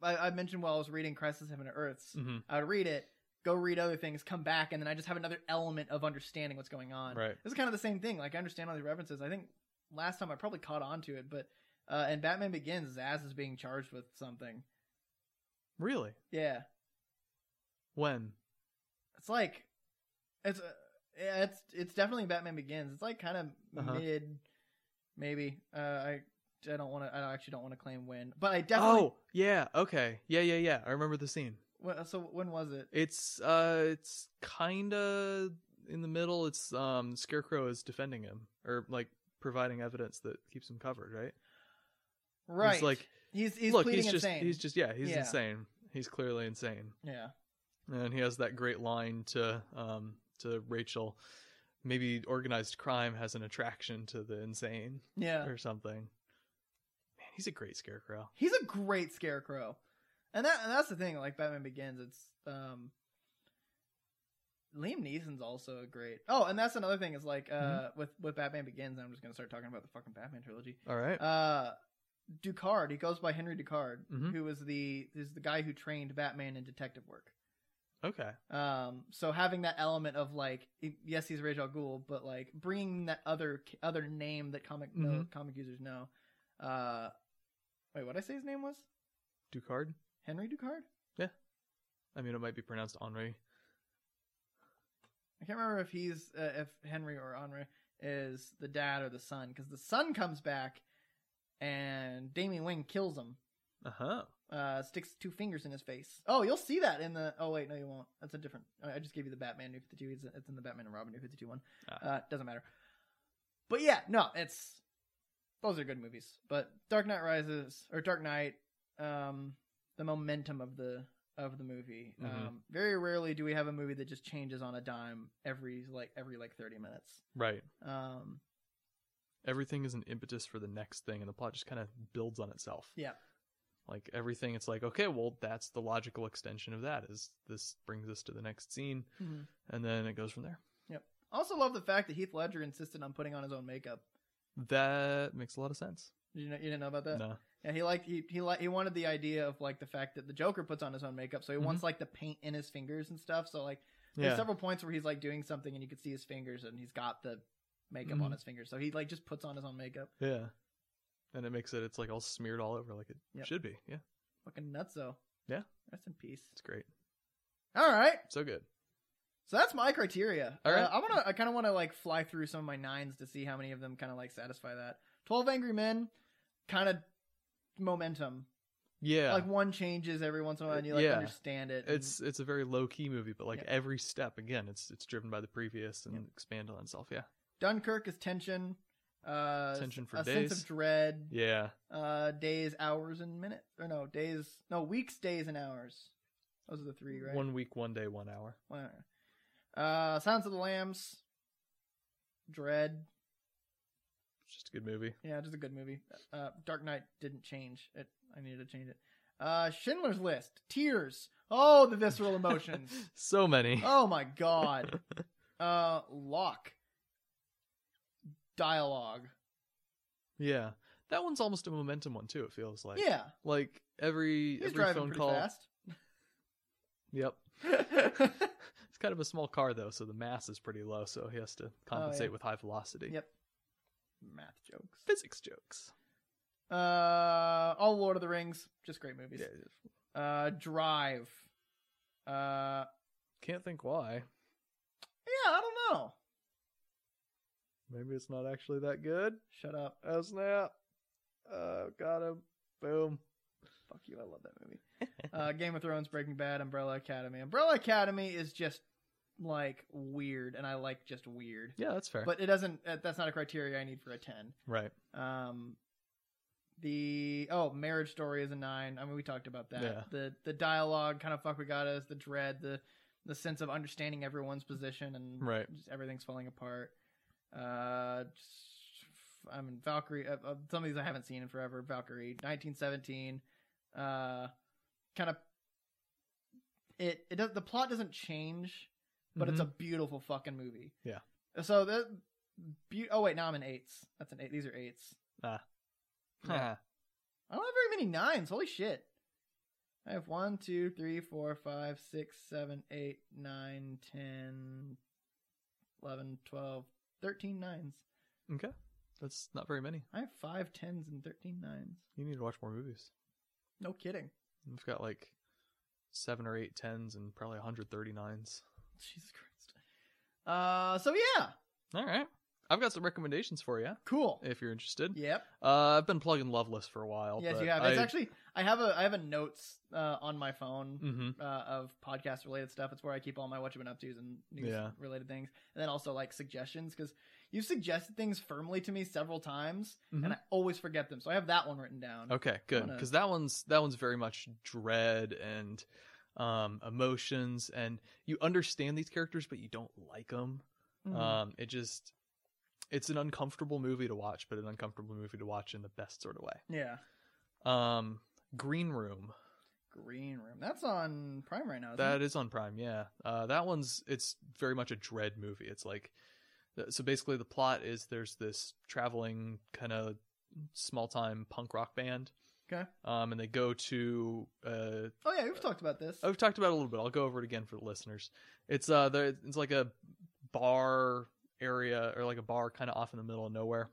I, I mentioned while I was reading Crisis on Infinite Earths. Mhm. I would read it, go read other things, come back, and then I just have another element of understanding what's going on. Right. This is kind of the same thing. Like I understand all these references. I think last time I probably caught on to it, but uh, and Batman Begins, Zaz is being charged with something. Really? Yeah. When? it's like it's uh, yeah, it's it's definitely Batman Begins. It's like kind of Uh-huh. mid, maybe. Uh, I I don't want to. I don't- actually don't want to claim when, but I definitely. Oh, yeah. Okay. Yeah, yeah, yeah. I remember the scene. When, so when was it? It's uh it's kind of in the middle. It's um Scarecrow is defending him or like providing evidence that keeps him covered, right? Right. like, he's he's Look, pleading he's just insane. he's just yeah, he's Yeah. insane. He's clearly insane. yeah. And he has that great line to um to Rachel, maybe organized crime has an attraction to the insane Yeah. or something. Man, he's a great Scarecrow. He's a great scarecrow. And that and that's the thing like Batman Begins it's um Liam Neeson's also a great. Oh, and that's another thing is like uh Mm-hmm. with with Batman Begins I'm just going to start talking about the fucking Batman trilogy. All right. uh Ducard, he goes by Henry Ducard, Mhm. who was the is the guy who trained Batman in detective work. okay. Um, so having that element of like, i- yes, he's Ra's al Ghul, but like bringing that other other name that comic know, comic users know. Uh, wait, what I say his name was Ducard. Henry Ducard? I mean, it might be pronounced Henri. I can't remember if he's uh, if Henry or Henri is the dad or the son, because the son comes back and Damien Wayne kills him. Uh huh. uh, sticks two fingers in his face. Oh, you'll see that in the. Oh wait, no, you won't. That's a different. I I just gave you the Batman New Fifty Two. It's it's in the Batman and Robin New Fifty Two one. Ah. Uh, doesn't matter. But yeah, no, it's those are good movies. But Dark Knight Rises or Dark Knight, um, the momentum of the of the movie. Mhm. Um, very rarely do we have a movie that just changes on a dime every like every like thirty minutes. Right. Um, everything is an impetus for the next thing and the plot just kind of builds on itself Yeah. like everything it's like okay well that's the logical extension of that is this brings us to the next scene Mhm. and then it goes from there also love the fact that Heath Ledger insisted on putting on his own makeup. that makes a lot of sense Did you know you didn't know about that? no Yeah, he liked he he like he wanted the idea of like the fact that the Joker puts on his own makeup, so he Mhm. wants like the paint in his fingers and stuff. So like there's yeah several points where he's like doing something and you can see his fingers and he's got the makeup on Mhm. his fingers. So he like just puts on his own makeup. yeah and it makes it it's like all smeared all over like it Yep. should be yeah Fucking nuts though. Yeah. Rest in peace. it's great All right. so good So that's my criteria. All right. Uh, I want to I kind of want to like fly through some of my nines to see how many of them kind of like satisfy that. 12 Angry Men kind of momentum. yeah Like one changes every once in a while and you like Yeah. understand it. and- it's it's a very low key movie but like Yeah. every step again it's it's driven by the previous and Yeah. expanded on itself yeah Dunkirk is tension. Uh, Tension for a sense days. of dread. yeah Uh, days, hours, and minutes. Or no, days. No, weeks, days, and hours. Those are the three, right? one week one day one hour One hour. Uh, Silence of the Lambs. Dread. it's just a good movie Yeah, just a good movie. Uh, Dark Knight didn't change it. I needed to change it. Uh, Schindler's List. Tears. Oh, the visceral emotions. <laughs> so many oh my god. Uh, Lock. Dialogue. Yeah. That one's almost a momentum one too, it feels like. yeah, Like every he's every driving phone pretty call. fast. Yep. <laughs> yep. It's kind of a small car though, so the mass is pretty low, so he has Oh, to compensate with high velocity. Math jokes. Physics jokes. Uh, all Lord of the Rings, just great movies. Yeah. Uh, Drive. Uh, Can't think why. yeah, I don't know. Maybe it's not actually that good. Shut up. Oh snap. Oh got him. Boom. Fuck you. I love that <laughs> movie. Uh, Game of Thrones, Breaking Bad, Umbrella Academy. Umbrella Academy is just like weird, and I like just weird. Yeah, that's fair. But it doesn't. uh, That's not a criteria I need for a ten. right. Um, The oh, marriage story is a nine. I mean, we talked about that. Yeah. The the dialogue kind of fuck we got us. The dread. The the sense of understanding everyone's position and Right. just everything's falling apart. Uh, just- I mean Valkyrie. Uh, uh, some of these I haven't seen in forever. Valkyrie, nineteen seventeen. Uh, kind of. It it does the plot doesn't change, but it's a beautiful fucking movie. Mm-hmm. Yeah. So that. Be- oh wait, now I'm in eights. That's an eight. These are eights. <laughs> Huh. I don't have very many nines. Holy shit. I have one, two, three, four, five, six, seven, eight, nine, ten, eleven, twelve, thirteen nines. Okay. That's not very many. I have five tens and thirteen nines. You need to watch more movies. No kidding. <laughs> We've got like seven or eight tens and probably 139s. Jesus Christ. Uh, so yeah, All right. I've got some recommendations for you cool. if you're interested. Yep. Uh, I've been plugging Loveless for a while. Yes, but you have. It's I- actually I have a I have a notes uh, on my phone Mhm. uh, of podcast related stuff. It's where I keep all my what you've been up to's and news Yeah. related things, and then also like suggestions because you've suggested things firmly to me several times, Mhm. and I always forget them. So I have that one written down. Okay, good. wanna- Because that one's that one's very much dread and um, emotions, and you understand these characters, but you don't like them. Mhm. Um, it just it's an uncomfortable movie to watch, but an uncomfortable movie to watch in the best sort of way. yeah, Um, Green Room Green Room. That's on Prime right now. Isn't that it? is on Prime, yeah. Uh, that one's it's very much a dread movie. It's like uh, so basically the plot is there's this traveling kind of small time punk rock band. Okay. Um, and they go to uh Oh yeah, we've talked about this. I've talked about it a little bit. I'll go over it again for the listeners. It's uh, there, it's like a bar area or like a bar kind of off in the middle of nowhere,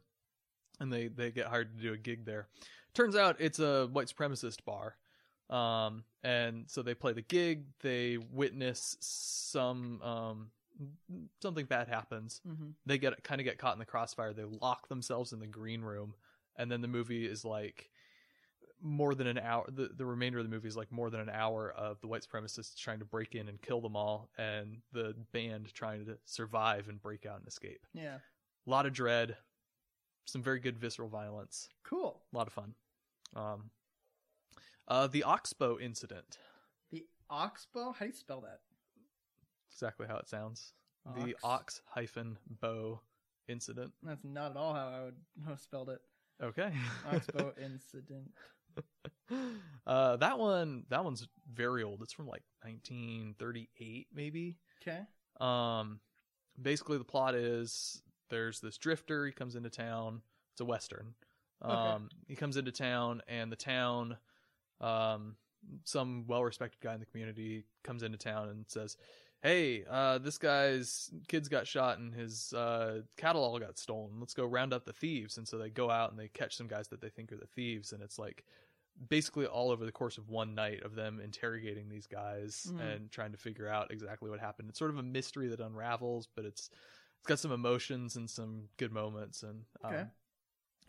and they they get hired to do a gig there. Turns out it's a white supremacist bar, um, and so they play the gig. They witness some um something bad happens. hmm They get kind of get caught in the crossfire. They lock themselves in the green room, and then the movie is like more than an hour the, the remainder of the movie is like more than an hour of the white supremacists trying to break in and kill them all and the band trying to survive and break out and escape Yeah, a lot of dread some very good visceral violence cool. a lot of fun um uh the oxbow incident The Oxbow. How do you spell that? exactly how it sounds the Ox. ox hyphen bow incident That's not at all how I would <laughs> have spelled it. okay <laughs> Oxbow incident. <gasps> uh that one that one's very old it's from like 1938 maybe Okay. Um, basically, the plot is there's this drifter. He comes into town. It's a western. Um, Okay. he comes into town, and the town, um, some well-respected guy in the community comes into town and says, "Hey, uh, this guy's kids got shot, and his uh, cattle all got stolen. Let's go round up the thieves." And so they go out and they catch some guys that they think are the thieves, and it's like basically all over the course of one night of them interrogating these guys Mhm. and trying to figure out exactly what happened. It's sort of a mystery that unravels, but it's it's got some emotions and some good moments and um, Okay.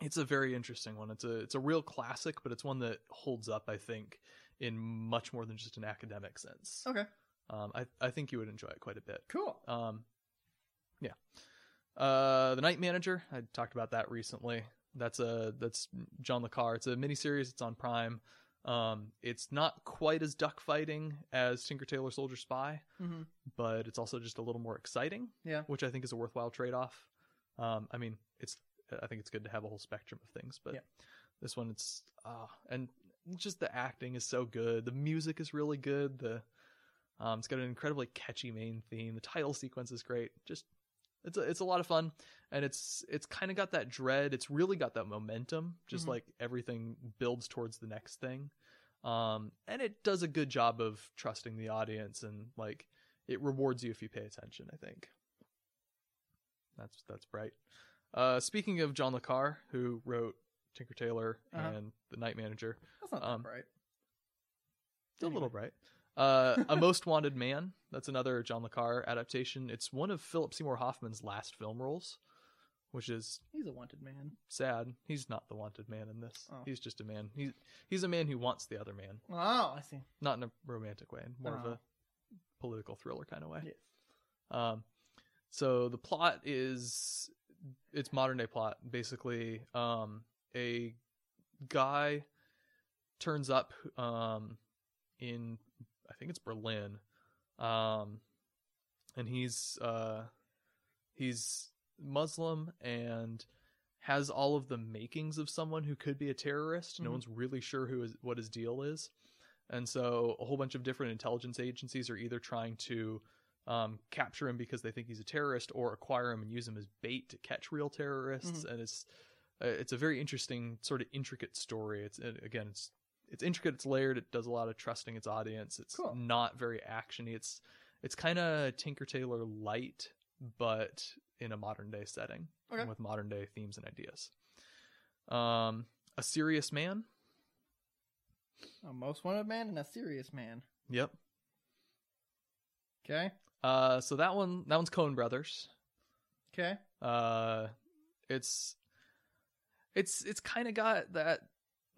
it's a very interesting one. It's a it's a real classic, but it's one that holds up, I think, in much more than just an academic sense. Okay. Um, I I think you would enjoy it quite a bit. Cool. Um, yeah. Uh, the Night Manager. I talked about that recently. That's a that's John Le Carre. It's a miniseries. It's on Prime. Um, it's not quite as duck fighting as Tinker Tailor Soldier Spy, hmm but it's also just a little more exciting. Yeah. which I think is a worthwhile trade off. Um, I mean, it's I think it's good to have a whole spectrum of things, but Yeah. this one it's uh, and just the acting is so good. The music is really good. The um, it's got an incredibly catchy main theme. The title sequence is great. Just it's a, it's a lot of fun, and it's it's kind of got that dread. It's really got that momentum. Just Mhm. like everything builds towards the next thing, um, and it does a good job of trusting the audience and like it rewards you if you pay attention. I think that's that's bright. Uh, speaking of John Le Carre, who wrote Tinker Tailor Uh-huh. and The Night Manager, That's not Um, that bright. it's a little bright. Uh, a Most Wanted Man. That's another John Le Carre adaptation. It's one of Philip Seymour Hoffman's last film roles, which is He's a wanted man. sad. He's not the wanted man in this. Oh. He's just a man. He's he's a man who wants the other man, Oh, I see. not in a romantic way, more of Uh-huh. a political thriller kind of way. Yeah. Um, so the plot is it's modern day plot basically. Um, a guy turns up um in I think it's Berlin. Um and he's uh he's Muslim and has all of the makings of someone who could be a terrorist. No Mhm. one's really sure who is what his deal is. And so a whole bunch of different intelligence agencies are either trying to um, capture him because they think he's a terrorist or acquire him and use him as bait to catch real terrorists. And it's uh, it's a very interesting sort of intricate story. It's and again, it's it's intricate, it's layered, it does a lot of trusting its audience. It's Cool. not very actiony. It's it's kind of Tinker Tailor light, but in a modern day setting Okay. with modern day themes and ideas. Um, a serious man. A most wanted man and a serious man. Yep. Okay. Uh, so that one, that one's Coen Brothers. Okay. Uh, it's it's it's kind of got that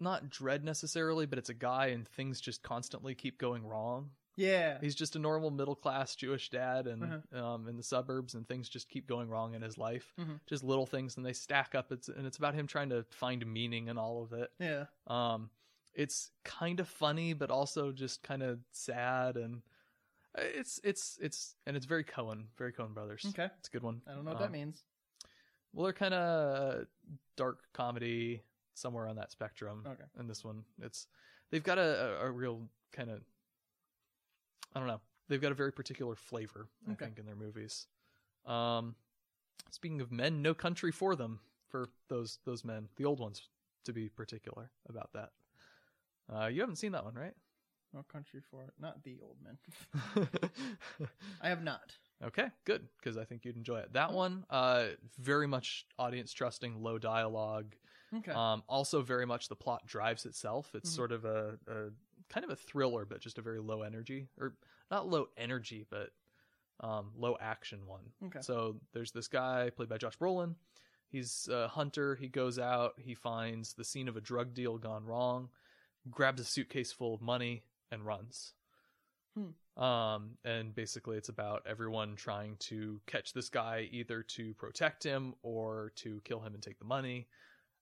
not dread necessarily, but it's a guy and things just constantly keep going wrong. Yeah. He's just a normal middle class Jewish dad and Uh-huh. um, in the suburbs, and things just keep going wrong in his life. Mhm. Just little things, and they stack up. It's and it's about him trying to find meaning in all of it. Yeah. Um, it's kind of funny, but also just kind of sad, and uh, it's it's it's and it's very Cohen, very Cohen Brothers. Okay. It's a good one. I don't know what that Um, means. Well, they're kind of dark comedy somewhere on that spectrum. Okay. And this one, it's they've got a a, a real kind of I don't know. They've got a very particular flavor, I Okay. think, in their movies. Um, speaking of men, no country for them for those those men, the old ones, to be particular about that. Uh, you haven't seen that one, No country for it. Not the old man. right? I have not. <laughs> Okay, good, because I think you'd enjoy it. That one, uh, very much audience trusting, low dialogue. Okay. Um, also, very much the plot drives itself. It's Mhm. sort of a, a kind of a thriller, but just a very low energy, or not low energy, but um, low action one. okay. So there's this guy played by Josh Brolin. He's a hunter. He goes out. He finds the scene of a drug deal gone wrong, grabs a suitcase full of money, and runs. Um, and basically, it's about everyone trying to catch this guy either to protect him or to kill him and take the money.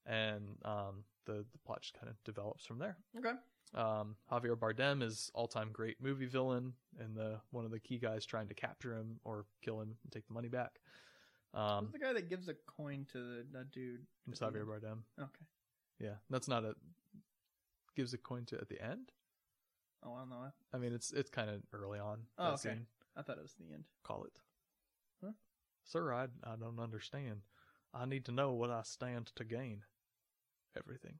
And um, the the plot just kind of develops from there. Okay. Um, Javier Bardem is all time great movie villain and the one of the key guys trying to capture him or kill him and take the money back. Who's Um, the guy that gives a coin to the, the dude? it's Javier Bardem. Okay. Yeah, that's not a gives a coin to at the end. Oh, I don't know. I mean, it's it's kind of early on. Oh, that okay. I thought it was the end. Call it, Huh? sir. I I don't understand. I need to know what I stand to gain. Everything.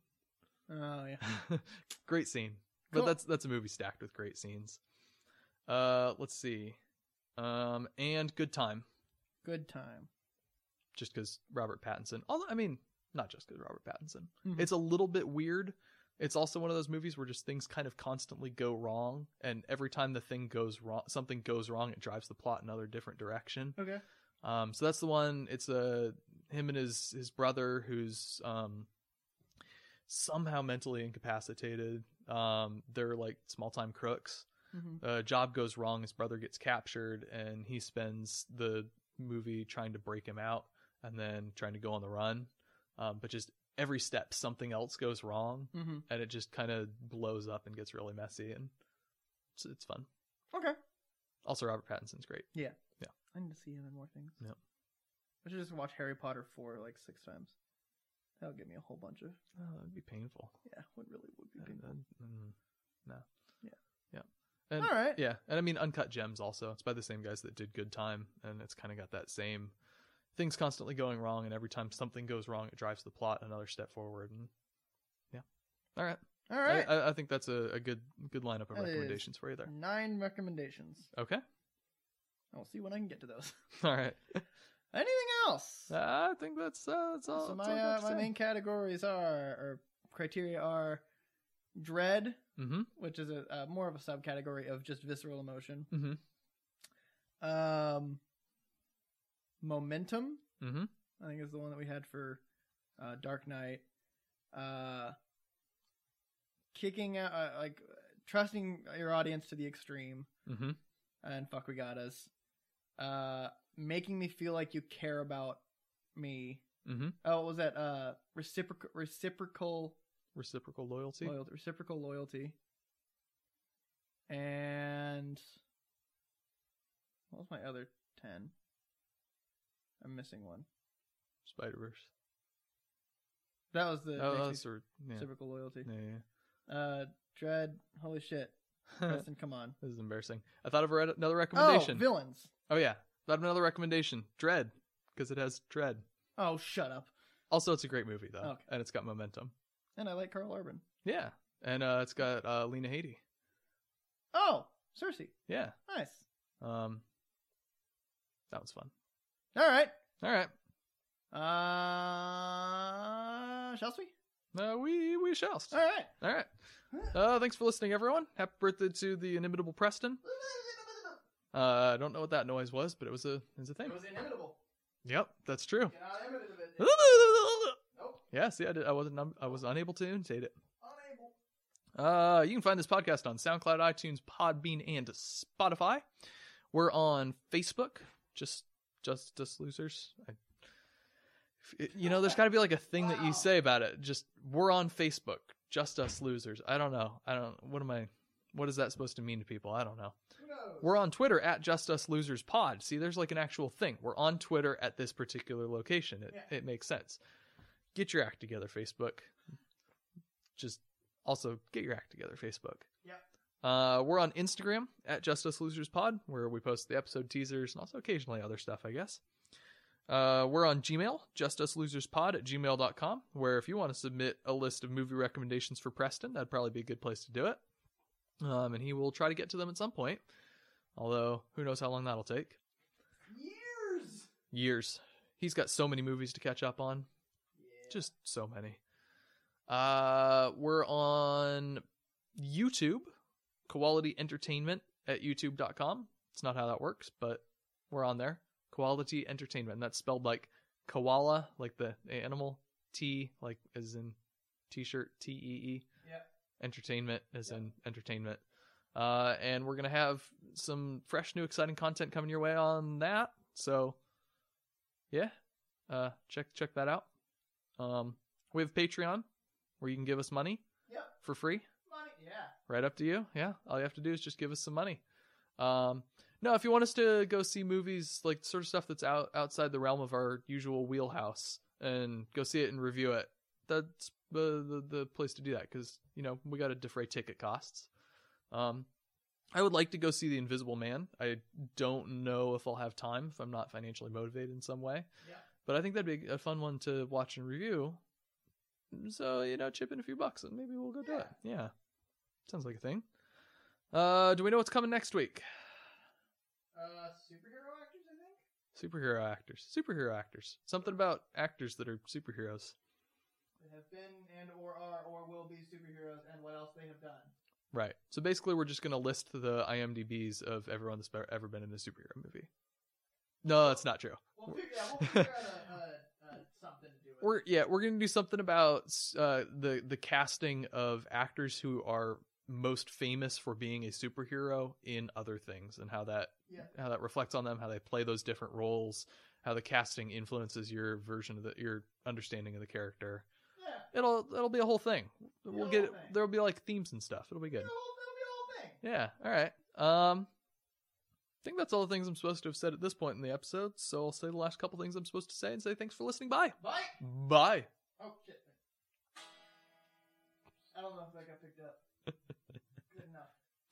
Oh yeah. <laughs> great scene. But Cool. that's that's a movie stacked with great scenes. Uh let's see. Um and Good Time Good time. just cuz Robert Pattinson. Although I mean, not just cuz Robert Pattinson. Mhm. It's a little bit weird. It's also one of those movies where just things kind of constantly go wrong and every time the thing goes wrong, something goes wrong, it drives the plot another different direction. Okay. Um, so that's the one. It's a him and his his brother who's um, somehow mentally incapacitated. Um, they're like small time crooks. hmm A job goes wrong. His brother gets captured, and he spends the movie trying to break him out, and then trying to go on the run. Um, but just every step, something else goes wrong, hmm and it just kind of blows up and gets really messy, and it's, it's fun. Okay. Also, Robert Pattinson's great. I need to see him in more things. Yep. I should just watch Harry Potter four like six times. That'll give me a whole bunch of Oh, that'd be painful. yeah. What really would be Uh, good. uh, mm, no. Yeah. Yeah. And, All right. Yeah. And I mean, Uncut Gems also. It's by the same guys that did Good Time, and it's kind of got that same things constantly going wrong, and every time something goes wrong, it drives the plot another step forward. And yeah. All right. All right. I, I, I think that's a, a good good lineup of That is- recommendations for you there. Nine recommendations. Okay. I'll see when I can get to those. <laughs> All right. Anything else? I think that's uh, that's all. so that's all my I uh, got to my say. main categories are or criteria are dread, Mhm. which is a, a more of a subcategory of just visceral emotion. Mhm. Um, momentum, Mhm. I think, is the one that we had for uh, Dark Knight. Uh, kicking out, uh, like trusting your audience to the extreme, Mhm. and fuck we got us. Uh, making me feel like you care about me Mhm. Oh, what was that? Uh, reciprocal, reciprocal reciprocal loyalty. Loyal- reciprocal loyalty. And what was my other ten? I'm missing one. Spider Verse. That was the Oh, next that's week, or, yeah. reciprocal loyalty. yeah, yeah. Uh, Dread. Holy <laughs> shit, this Preston, come on. is embarrassing. I thought of re- another Oh, recommendation. villains. Oh yeah, that another recommendation. Dread, because it has dread. Oh, shut up. Also, it's a great movie though, Okay. and it's got momentum. And I like Carl Urban. Yeah, and uh, it's got uh, Lena Headey. Oh, Cersei. Yeah, Nice. um, that was fun. All right. All right, Uh, shall we? uh, we we shall. All right. All right. Uh, thanks for listening, everyone. Happy birthday to the inimitable Preston. Uh, I don't know what that noise was, but it was a it was a thing. It was inimitable. Yep, that's true. Get out of it. <laughs> Nope. Yeah, see, I, did, I wasn't num- I was unable to imitate it. Unable. Uh, you can find this podcast on SoundCloud, iTunes, Podbean, and Spotify. We're on Facebook, just just us losers. I, it- you know, there's got to be like a thing that Wow. you say about it. Just we're on Facebook, just us losers. I don't know. I don't. What am I? What is that supposed to mean to people? I don't know. Who knows? We're on Twitter at Just Us Losers Pod. See, there's like an actual thing. We're on Twitter at this particular location. It, Yeah. it makes sense. Get your act together, Facebook. Just also get your act together, Facebook. Yep. Uh, we're on Instagram at Just Us Losers Pod, where we post the episode teasers and also occasionally other stuff, I guess. Uh, we're on Gmail, justuslosers.pod at gmail.com, where if you want to submit a list of movie recommendations for Preston, that'd probably be a good place to do it. Um, and he will try to get to them at some point. Although, who knows how long that'll take? years. Years. He's got so many movies to catch up on. Yeah. Just so many. Uh, we're on YouTube, Quality Entertainment at youtube.com. It's not how that works, but we're on there. Quality Entertainment. And that's spelled like koala, like the animal, T, like as in t shirt, T E E Yep. entertainment as Yeah. in entertainment uh, and we're gonna have some fresh new exciting content coming your way on that so yeah uh, check check that out um, we have patreon where you can give us money Yep. for free Money. Yeah. right up to you yeah all you have to do is just give us some money um, no if you want us to go see movies like sort of stuff that's out outside the realm of our usual wheelhouse and go see it and review it that's the the, the place to do that because you know we got to defray ticket costs um i would like to go see the invisible man i don't know if i'll have time if i'm not financially motivated in some way Yeah. but i think that'd be a fun one to watch and review so you know chip in a few bucks and maybe we'll go do it yeah sounds like a thing uh do we know what's coming next week Uh, superhero actors, I think. superhero actors superhero actors something about actors that are superheroes That have been and or are or will be superheroes, and what else they have done. Right. So basically, we're just going to list the IMDb's of everyone that's be- ever been in a superhero movie. No, that's not true. We'll figure, yeah, we'll figure out a, a, a something to do with. We're it. yeah, we're going to do something about uh, the the casting of actors who are most famous for being a superhero in other things and how that Yeah. how that reflects on them, how they play those different roles, how the casting influences your version of the your understanding of the character. Yeah. It'll it'll be a whole thing. We'll whole get thing. there'll be like themes and stuff. It'll be good. It'll, it'll be a whole thing. Yeah. All right. Um, I think that's all the things I'm supposed to have said at this point in the episode. So I'll say the last couple things I'm supposed to say and say thanks for listening. Bye. Bye. Bye. Oh shit. I don't know if that got picked up.